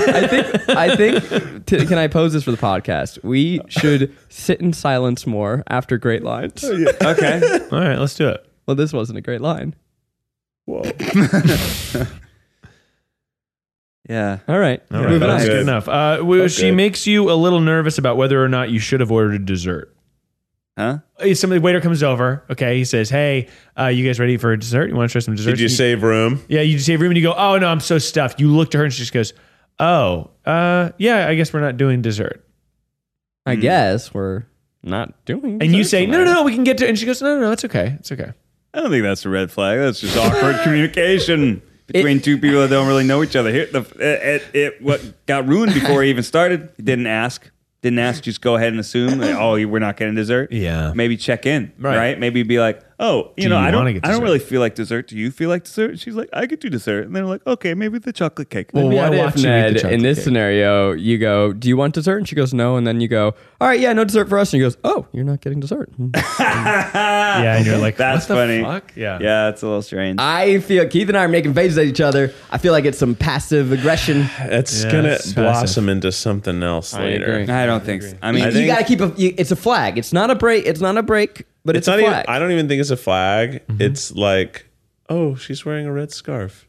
Speaker 3: I think I think t- can I pose this for the podcast? We should sit in silence more after great lines.
Speaker 4: Okay.
Speaker 5: All right, let's do it.
Speaker 3: Well, this wasn't a great line.
Speaker 2: Whoa.
Speaker 4: yeah.
Speaker 3: All right.
Speaker 5: All right,
Speaker 3: Moving
Speaker 5: that's
Speaker 3: on.
Speaker 5: good
Speaker 2: Good.
Speaker 5: enough. Uh, well,
Speaker 2: That's
Speaker 5: she
Speaker 2: good.
Speaker 5: makes you a little nervous about whether or not you should have ordered dessert.
Speaker 4: Huh?
Speaker 5: Hey, Somebody waiter comes over. Okay, he says, "Hey, uh, you guys ready for dessert? You want to try some dessert?"
Speaker 2: Did you save room?
Speaker 5: Yeah, you just save room and you go, oh no, I'm so stuffed. You look to her and she just goes, oh, uh, yeah, I guess we're not doing dessert.
Speaker 3: I guess we're not doing.
Speaker 5: And you say,
Speaker 3: dessert
Speaker 5: no, no,
Speaker 3: tonight.
Speaker 5: no, we can get to. And she goes, no, no, no, it's okay, it's okay.
Speaker 4: I don't think that's a red flag. That's just awkward communication. between two people that don't really know each other. Here, the, it, it, it what got ruined before he even started. He didn't ask. Didn't ask. Just go ahead and assume. Like, oh, we're not getting dessert.
Speaker 5: Yeah.
Speaker 4: Maybe check in.
Speaker 5: Right.
Speaker 4: Right. Maybe be like, oh, you
Speaker 5: Do
Speaker 4: know,
Speaker 5: you
Speaker 4: I don't.
Speaker 5: wanna get
Speaker 4: I don't
Speaker 5: dessert?
Speaker 4: really feel like dessert. Do you feel like dessert? She's like, I could do dessert. And they're like, okay, maybe the chocolate cake.
Speaker 5: Well,
Speaker 4: Maybe-
Speaker 5: why
Speaker 3: What
Speaker 5: watch
Speaker 3: if
Speaker 5: you eat the
Speaker 3: Ned, in
Speaker 5: chocolate
Speaker 3: this
Speaker 5: cake?
Speaker 3: scenario, you go, "Do you want dessert?" And she goes, "No." And then you go, "All right, yeah, no dessert for us." And he goes, "Oh, you're not getting dessert."
Speaker 5: yeah, and you're like,
Speaker 4: that's
Speaker 5: what the
Speaker 4: funny.
Speaker 5: fuck? Yeah.
Speaker 4: Yeah, it's a little strange.
Speaker 3: I feel Keith and I are making faces at each other. I feel like it's some passive aggression.
Speaker 2: It's
Speaker 5: Yeah,
Speaker 2: gonna
Speaker 5: it's
Speaker 2: blossom into something else
Speaker 3: I
Speaker 2: later.
Speaker 3: agree.
Speaker 4: I don't think. so. I mean,
Speaker 3: you
Speaker 4: I think,
Speaker 3: got to keep a. You, it's a flag. It's not a break. It's not a break, but it's,
Speaker 2: It's not
Speaker 3: a
Speaker 2: even.
Speaker 3: flag.
Speaker 2: I don't even think it's a flag.
Speaker 5: Mm-hmm.
Speaker 2: It's like, oh, she's wearing a red scarf.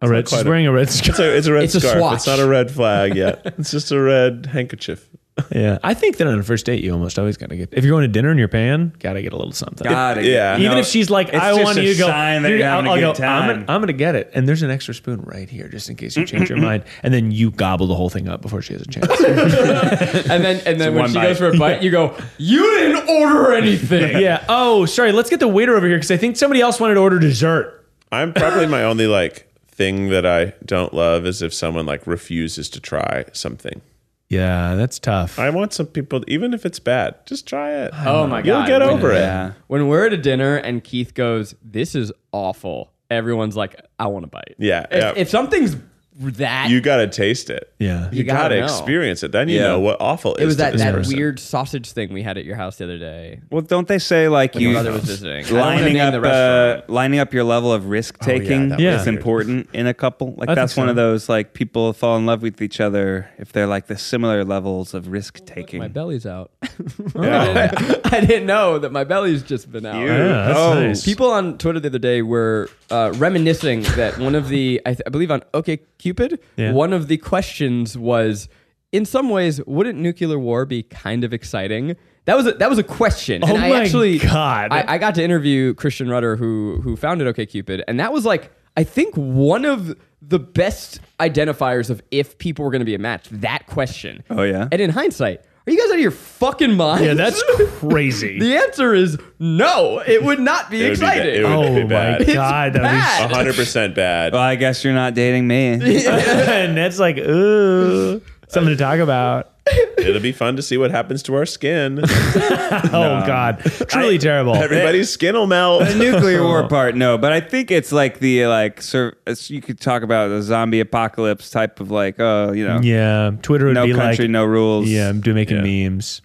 Speaker 5: A red,
Speaker 2: It's not
Speaker 5: she's
Speaker 2: quite a-
Speaker 5: wearing a red
Speaker 2: It's
Speaker 5: scarf.
Speaker 2: a, it's a red
Speaker 3: It's a
Speaker 2: scarf.
Speaker 3: swatch.
Speaker 2: it's not a red flag yet. it's just a red handkerchief.
Speaker 5: Yeah. I think that on a first date, you almost always got to get, if you're going to dinner and you're paying, got to get a little something.
Speaker 4: gotta get-
Speaker 2: yeah.
Speaker 4: you
Speaker 5: Even
Speaker 4: know,
Speaker 5: if she's like,
Speaker 4: it's
Speaker 5: I
Speaker 4: just
Speaker 5: want
Speaker 4: a
Speaker 5: you to go,
Speaker 4: sign that
Speaker 5: "Dude,
Speaker 4: you're having
Speaker 5: I'll,
Speaker 4: a
Speaker 5: I'll
Speaker 4: good
Speaker 5: go,
Speaker 4: time.
Speaker 5: I'm, gonna, I'm gonna get it. And there's an extra spoon right here just in case you change your mind. And then you gobble the whole thing up before she has a chance.
Speaker 3: and then and then when
Speaker 4: one
Speaker 3: she
Speaker 4: bite.
Speaker 3: goes for a bite, you go, "You didn't order anything."
Speaker 5: yeah. Oh, sorry. Let's get the waiter over here because I think somebody else wanted to order dessert.
Speaker 2: I'm probably my only like thing that I don't love is if someone like refuses to try something.
Speaker 5: Yeah, that's tough.
Speaker 2: I want some people, even if it's bad, just try it.
Speaker 3: Oh my
Speaker 2: You'll
Speaker 3: god.
Speaker 2: get
Speaker 3: when-
Speaker 2: over it.
Speaker 4: yeah.
Speaker 3: When we're at a dinner and Keith goes, "This is awful." Everyone's like, "I want to bite."
Speaker 2: Yeah,
Speaker 3: If,
Speaker 2: yeah.
Speaker 3: if something's that,
Speaker 2: You gotta taste it.
Speaker 5: Yeah.
Speaker 2: You,
Speaker 3: You
Speaker 2: gotta,
Speaker 3: gotta know.
Speaker 2: experience it. Then you
Speaker 4: Yeah.
Speaker 2: know what awful is.
Speaker 3: it was
Speaker 2: to
Speaker 3: that
Speaker 2: this
Speaker 3: that
Speaker 2: person.
Speaker 3: weird sausage thing we had at your house the other day.
Speaker 4: Well, don't they say like
Speaker 3: my
Speaker 4: you
Speaker 3: brother was visiting. I don't wanna
Speaker 4: lining
Speaker 3: name
Speaker 4: up
Speaker 3: the restaurant.
Speaker 4: uh, lining up your level of risk taking
Speaker 2: that
Speaker 5: Oh, Yeah. was
Speaker 4: is
Speaker 5: weird.
Speaker 4: important in a couple. Like
Speaker 5: I think
Speaker 4: that's one
Speaker 5: so.
Speaker 4: of those like people fall in love with each other if they're like the similar levels of risk taking.
Speaker 3: My belly's out.
Speaker 2: Yeah.
Speaker 3: I didn't know that my belly's just been out.
Speaker 5: Yeah, that's
Speaker 4: Oh.
Speaker 5: nice.
Speaker 3: People on Twitter the other day were uh, reminiscing that one of the, I, th- I believe on OK Cupid,
Speaker 5: Yeah.
Speaker 3: one of the questions was, in some ways, wouldn't nuclear war be kind of exciting? That was a, that was a question.
Speaker 5: Oh
Speaker 3: and I
Speaker 5: my
Speaker 3: actually,
Speaker 5: God.
Speaker 3: I, I got to interview Christian Rudder, who who founded OK Cupid, and that was like I think one of the best identifiers of if people were going to be a match. That question.
Speaker 4: Oh, yeah?
Speaker 3: And in hindsight, are you guys out of your fucking mind?
Speaker 5: Uh-huh. Yeah, that's crazy.
Speaker 3: The answer is no. It would not be
Speaker 2: It would be
Speaker 3: exciting.
Speaker 2: ba- it would be
Speaker 5: oh my
Speaker 2: bad.
Speaker 3: It's
Speaker 5: god,
Speaker 3: bad.
Speaker 5: that
Speaker 3: God.
Speaker 2: 100% bad.
Speaker 4: Well, I guess you're not dating me.
Speaker 5: was and that's like ooh, something to talk about.
Speaker 2: It'll be fun to see what happens to our skin.
Speaker 5: Oh god, truly terrible.
Speaker 2: Everybody's skin will melt.
Speaker 4: the nuclear war part, no, but I think it's like the like sur- it's- you could talk about the zombie apocalypse type of like oh you know
Speaker 5: yeah, Twitter would
Speaker 4: no
Speaker 5: be
Speaker 4: country
Speaker 5: like
Speaker 4: no rules.
Speaker 5: yeah, I'm doing making
Speaker 2: Yeah.
Speaker 5: memes.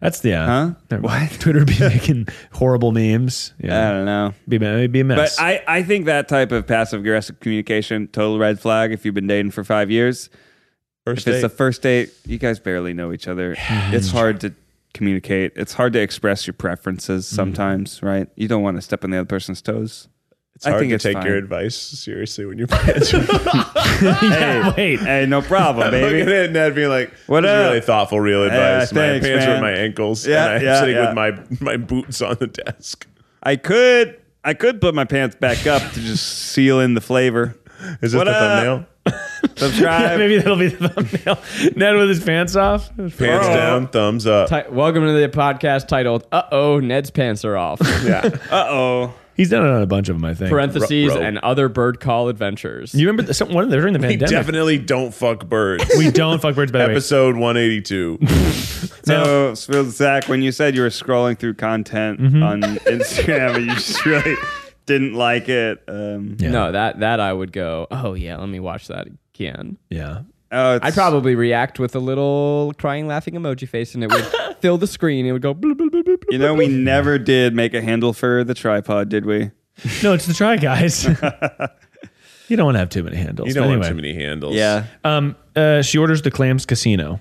Speaker 5: That's the yeah.
Speaker 4: Huh?
Speaker 5: Never mind. Twitter would be making horrible memes.
Speaker 4: I
Speaker 2: Uh,
Speaker 5: Yeah,
Speaker 4: don't know.
Speaker 5: be, it'd be a
Speaker 4: But
Speaker 5: mess.
Speaker 4: I, I think that type of passive aggressive communication, total red flag if you've been dating for five years.
Speaker 2: First
Speaker 4: If it's
Speaker 2: date.
Speaker 4: the first date, you guys barely know each other. It's hard to communicate. It's hard to express your preferences
Speaker 2: Mm-hmm.
Speaker 4: sometimes, right? You don't want to step on the other person's toes.
Speaker 2: it's hard
Speaker 4: I think
Speaker 2: to
Speaker 4: it's
Speaker 2: take
Speaker 4: fine.
Speaker 2: your advice seriously when you're managing.
Speaker 5: Yeah, wait,
Speaker 4: Hey, no problem,
Speaker 2: Looking
Speaker 4: baby.
Speaker 2: at Ned being like, what
Speaker 4: What
Speaker 2: is
Speaker 4: up?
Speaker 2: really thoughtful, real advice. my
Speaker 4: thanks,
Speaker 2: pants are
Speaker 4: man.
Speaker 2: at my ankles,
Speaker 4: Yeah,
Speaker 2: and I'm
Speaker 4: yeah,
Speaker 2: sitting
Speaker 4: yeah.
Speaker 2: with my, my boots on the desk.
Speaker 4: I could I could put my pants back up to just seal in the flavor.
Speaker 2: Is that
Speaker 4: What
Speaker 2: the
Speaker 4: up?
Speaker 2: thumbnail?
Speaker 4: Subscribe.
Speaker 5: maybe that'll be the thumbnail. Ned with his pants off.
Speaker 2: Pants down, thumbs up.
Speaker 3: Ti- Welcome to the podcast titled "Uh Oh, Ned's Pants Are Off."
Speaker 2: Yeah.
Speaker 4: Uh oh.
Speaker 5: He's done it on a bunch of them, I think.
Speaker 3: parentheses
Speaker 2: Ro- ro-
Speaker 3: and other bird call adventures.
Speaker 5: You remember the, some, one of the, during the
Speaker 2: we
Speaker 5: pandemic?
Speaker 2: definitely don't fuck birds.
Speaker 5: we don't fuck birds. By the way,
Speaker 2: Episode 182.
Speaker 4: So, Spill Zach, when you said you were scrolling through content
Speaker 5: Mm-hmm.
Speaker 4: on Instagram and you just really didn't like it, um,
Speaker 5: Yeah.
Speaker 3: No, that that I would go. Oh yeah, let me watch that again.
Speaker 5: yeah.
Speaker 4: oh, it's-
Speaker 3: I'd probably react with a little crying, laughing emoji face, and it would fill the screen. It would go. bloop, bloop, bloop, bloop, bloop.
Speaker 4: You know, we never did make a handle for the tripod, did we?
Speaker 5: No, it's the try guys. you don't want to have too many handles.
Speaker 2: You don't
Speaker 5: But
Speaker 2: want
Speaker 5: anyway.
Speaker 2: too many handles.
Speaker 5: Um, uh, she orders the clams casino.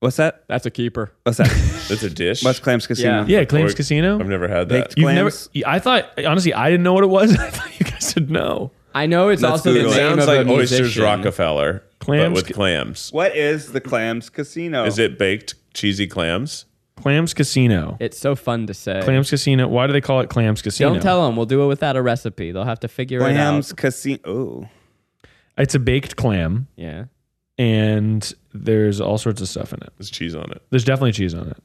Speaker 4: What's that?
Speaker 3: That's a keeper.
Speaker 4: What's that?
Speaker 2: That's a dish.
Speaker 4: What's Clams Casino?
Speaker 3: Yeah.
Speaker 5: Yeah, clams
Speaker 2: Or-
Speaker 5: casino.
Speaker 2: I've never had that.
Speaker 4: Baked
Speaker 5: You've never.
Speaker 4: clams.
Speaker 5: I thought honestly, I didn't know what it was. I thought you guys would know.
Speaker 3: I know it's
Speaker 4: Let's
Speaker 3: also the
Speaker 4: Google
Speaker 3: name
Speaker 4: it.
Speaker 2: Sounds
Speaker 3: of
Speaker 2: like
Speaker 3: a
Speaker 2: oysters
Speaker 3: musician.
Speaker 2: Rockefeller,
Speaker 5: Clams
Speaker 2: but with
Speaker 5: ca-
Speaker 2: clams.
Speaker 4: What is the Clams Casino?
Speaker 2: Is it baked cheesy clams?
Speaker 5: Clams casino.
Speaker 3: It's so fun to say.
Speaker 5: Clams casino. Why do they call it clams casino?
Speaker 3: Don't tell them. We'll do it without a recipe. They'll have to figure
Speaker 4: Clams
Speaker 3: it out.
Speaker 4: Casino? Oh,
Speaker 5: It's a baked clam,
Speaker 3: Yeah.
Speaker 5: and there's all sorts of stuff in it.
Speaker 2: There's cheese on it.
Speaker 5: There's definitely cheese on it.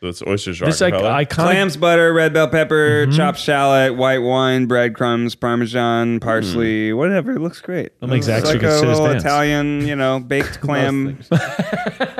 Speaker 2: Those That's oysters
Speaker 5: This like
Speaker 2: Rockefeller.
Speaker 5: iconic
Speaker 4: Clams, butter, red bell pepper,
Speaker 5: Mm-hmm.
Speaker 4: chopped shallot, white wine, breadcrumbs, parmesan, parsley, whatever. It looks great. It
Speaker 5: makes Zach
Speaker 4: it's like
Speaker 5: Chicken
Speaker 4: a
Speaker 5: sit his
Speaker 4: little
Speaker 5: pants.
Speaker 4: Italian, you know, baked clam.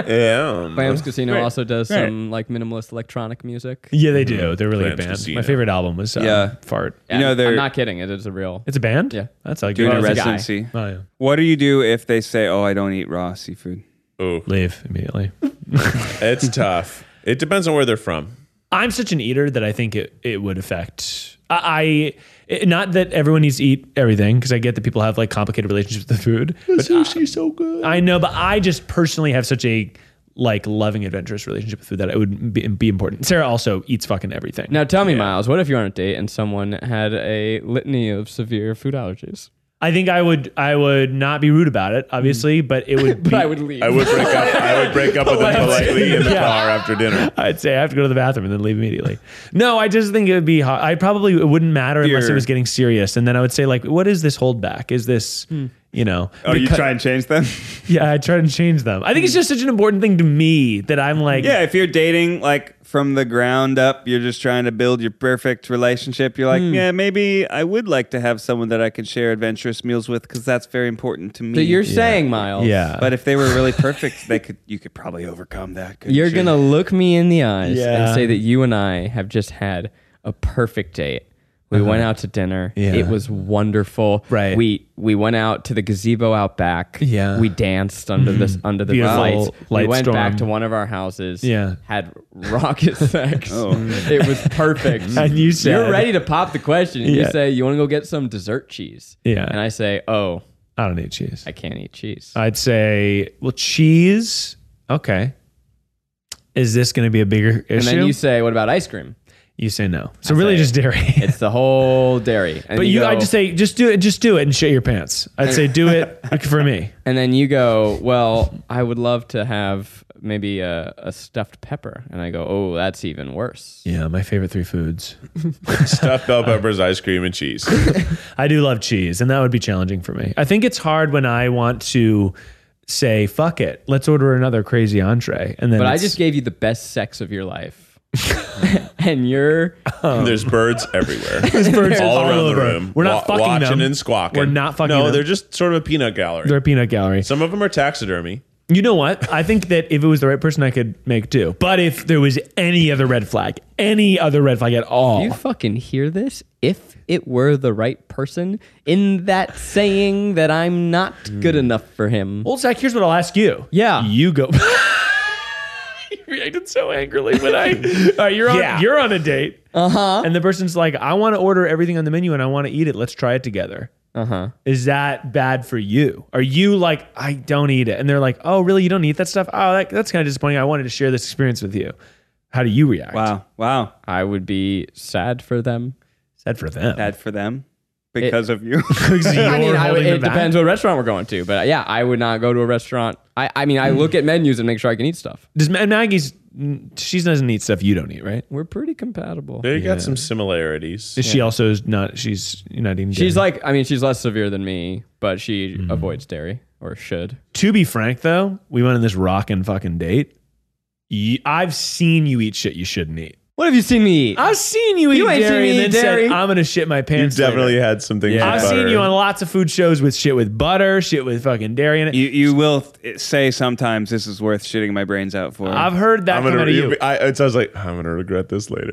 Speaker 2: yeah.
Speaker 3: Clams Casino
Speaker 4: Right.
Speaker 3: also does some like minimalist electronic music.
Speaker 5: Yeah, they do. They're a really good
Speaker 2: Clams
Speaker 5: band.
Speaker 2: Casino.
Speaker 5: My favorite album was um,
Speaker 4: Yeah.
Speaker 5: Fart.
Speaker 3: Yeah,
Speaker 4: know, they're-
Speaker 3: I'm not kidding. It is a real.
Speaker 5: It's a band?
Speaker 3: Yeah.
Speaker 5: That's like
Speaker 4: Doing
Speaker 5: good.
Speaker 4: a
Speaker 3: it's a guy.
Speaker 4: residency.
Speaker 5: Oh, yeah.
Speaker 4: What do you do if they say, "Oh, I don't eat raw seafood"?
Speaker 2: Ooh,
Speaker 5: Leave immediately.
Speaker 2: it's tough. It depends on where they're from.
Speaker 5: I'm such an eater that I think it, it would affect. I, I it- not that everyone needs to eat everything because I get that people have like complicated relationships with the food. But
Speaker 2: Sushi's so good.
Speaker 5: I know, but I just personally have such a like loving adventurous relationship with food that it would be, be important. Sarah also eats fucking everything.
Speaker 3: Now tell me, Miles, what if you're on a date and someone had a litany of severe food allergies?
Speaker 5: I think I would I would not be rude about it, obviously, but it would. be,
Speaker 3: leave.
Speaker 2: I would break up. I would break up with them politely in the
Speaker 5: Yeah.
Speaker 2: car after dinner.
Speaker 5: I'd say I have to go to the bathroom and then leave immediately. No, I just think it would be. Hard. I probably it wouldn't matter unless it
Speaker 4: Fear.
Speaker 5: was getting serious, and then I would say like, "What is this holdback? Is this you know?"
Speaker 4: Oh, you try and change them?
Speaker 5: Yeah, I try to change them. I think
Speaker 3: Hmm.
Speaker 5: it's just such an important thing to me that I'm like,
Speaker 4: yeah, if you're dating like from the ground up, you're just trying to build your perfect relationship. You're like, yeah, maybe I would like to have someone that I could share adventurous meals with because that's very important to me.
Speaker 3: So you're saying, Miles,
Speaker 5: yeah.
Speaker 4: But if they were really perfect, they could you could probably overcome that. couldn't
Speaker 3: you're
Speaker 4: you?
Speaker 3: gonna look me in the eyes
Speaker 5: Yeah.
Speaker 3: and say that you and I have just had a perfect date. We went out to dinner.
Speaker 5: Uh-huh. Yeah.
Speaker 3: It was wonderful.
Speaker 5: Right.
Speaker 3: We we went out to the gazebo out back.
Speaker 5: Yeah. Mm-hmm.
Speaker 3: We danced under this under the
Speaker 5: Beautiful
Speaker 3: lights.
Speaker 5: light
Speaker 3: we went back
Speaker 5: storm.
Speaker 3: to one of our houses.
Speaker 5: Yeah.
Speaker 3: Had rocket sex. It was perfect.
Speaker 5: And you said-
Speaker 3: are ready to pop the question. And
Speaker 5: Yeah.
Speaker 3: You say you want to go get some dessert cheese.
Speaker 5: Yeah.
Speaker 3: And I say, oh,
Speaker 5: I don't eat cheese.
Speaker 3: I can't eat cheese.
Speaker 5: I'd say, well, cheese. Okay. Is this going to be a bigger issue?
Speaker 3: and then you say, what about ice cream?
Speaker 5: You say no. So really,
Speaker 3: say-
Speaker 5: just dairy.
Speaker 3: It's the whole dairy. And
Speaker 5: but you, I
Speaker 3: go-
Speaker 5: just say, just do it, just do it, and shit your pants. I'd say, do it for me.
Speaker 3: And then you go, well, I would love to have maybe a, a stuffed pepper. And I go, oh, that's even worse.
Speaker 5: Yeah, my favorite three foods.
Speaker 2: Stuffed bell peppers, ice cream, and cheese.
Speaker 5: I do love cheese, and that would be challenging for me. I think it's hard when I want to say, fuck it, let's order another crazy entree, and then.
Speaker 3: But I
Speaker 5: it's-
Speaker 3: just gave you the best sex of your life. and you're
Speaker 2: There's birds everywhere.
Speaker 5: Um, birds
Speaker 2: all,
Speaker 5: all
Speaker 2: around
Speaker 5: over.
Speaker 2: the room.
Speaker 5: We're not fucking
Speaker 2: watching
Speaker 5: them.
Speaker 2: and squawking.
Speaker 5: We're not fucking
Speaker 2: No,
Speaker 5: them.
Speaker 2: they're just sort of a peanut gallery.
Speaker 5: their peanut gallery.
Speaker 2: Some of them are taxidermy.
Speaker 5: You know what? I think that if it was the right person, I could make do. But if there was any other red flag, any other red flag at all,
Speaker 3: you fucking hear this? If it were the right person in that saying that I'm not
Speaker 5: Hmm.
Speaker 3: good enough for him.
Speaker 5: well, Zach, here's what I'll ask you.
Speaker 3: Yeah.
Speaker 5: you go. You reacted so angrily when I. All right, you're on.
Speaker 3: Yeah.
Speaker 5: You're on a date. Uh huh. And the person's like, "I want to order everything on the menu, and I want to eat it. Let's try it together." Uh huh. Is that bad for you? Are you like, I don't eat it, and they're like, Oh, really? You don't eat that stuff? Oh, that, that's kind of disappointing. I wanted to share this experience with you. How do you react?
Speaker 4: Wow, wow,
Speaker 3: I would be sad for them.
Speaker 5: Sad for them.
Speaker 4: bad for them because of you.
Speaker 3: I mean, I,
Speaker 5: holding
Speaker 3: it
Speaker 5: them back?
Speaker 3: depends what restaurant we're going to. But yeah, I would not go to a restaurant. I, I mean, I look at menus and make sure I can eat stuff.
Speaker 5: Does Ma- Maggie's? She doesn't eat stuff you don't eat, right?
Speaker 3: We're pretty compatible.
Speaker 2: They got some similarities.
Speaker 5: Is she also is not? She's you're not eating.
Speaker 3: She's
Speaker 5: dairy.
Speaker 3: like, I mean, she's less severe than me, but she
Speaker 5: Mm-hmm.
Speaker 3: avoids dairy or should.
Speaker 5: To be frank, though, we went on this rockin' fucking date. You, I've seen you eat shit you shouldn't eat.
Speaker 3: What have you seen me eat?
Speaker 5: I've seen you eat
Speaker 3: You ain't seen
Speaker 5: dairy
Speaker 3: me
Speaker 5: and
Speaker 3: eat
Speaker 5: then
Speaker 3: dairy.
Speaker 5: said, "I'm gonna shit my
Speaker 2: You
Speaker 5: pants."
Speaker 2: definitely
Speaker 5: later."
Speaker 2: had some things.
Speaker 4: Yeah.
Speaker 2: with
Speaker 5: I've
Speaker 2: butter.
Speaker 5: seen you on lots of food shows with shit with butter, shit with fucking dairy in it.
Speaker 4: you you will say sometimes this is worth shitting my brains out for.
Speaker 5: I've heard that
Speaker 2: I'm
Speaker 5: coming
Speaker 2: gonna.
Speaker 5: out of you.
Speaker 2: I, it's- I was like, I'm gonna regret this later.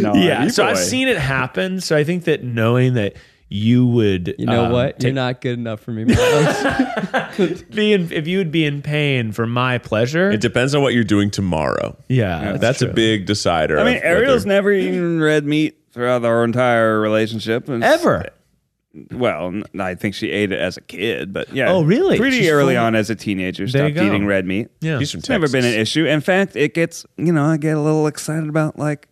Speaker 4: No,
Speaker 5: yeah,
Speaker 4: you
Speaker 5: so I've
Speaker 4: boy.
Speaker 5: seen it happen. So I think that knowing that you would,
Speaker 3: You know
Speaker 5: um,
Speaker 3: what? You're
Speaker 5: take-
Speaker 3: not good enough for me. Miles.
Speaker 5: be in, if you would be in pain for my pleasure.
Speaker 2: it depends on what you're doing tomorrow.
Speaker 5: yeah,
Speaker 2: That's a
Speaker 5: true.
Speaker 2: big decider.
Speaker 4: I mean,
Speaker 2: of whether-
Speaker 4: Ariel's never eaten red meat throughout our entire relationship. and-
Speaker 5: ever.
Speaker 4: Well, n- I think she ate it as a kid, but yeah.
Speaker 5: Oh, really?
Speaker 4: Pretty
Speaker 5: She's
Speaker 4: early
Speaker 5: full-
Speaker 4: on as a teenager,
Speaker 5: There you
Speaker 4: stopped
Speaker 5: go.
Speaker 4: eating red meat.
Speaker 5: Yeah.
Speaker 2: He's from
Speaker 4: It's never
Speaker 2: Texas.
Speaker 4: been an issue. In fact, it gets, you know, I get a little excited about like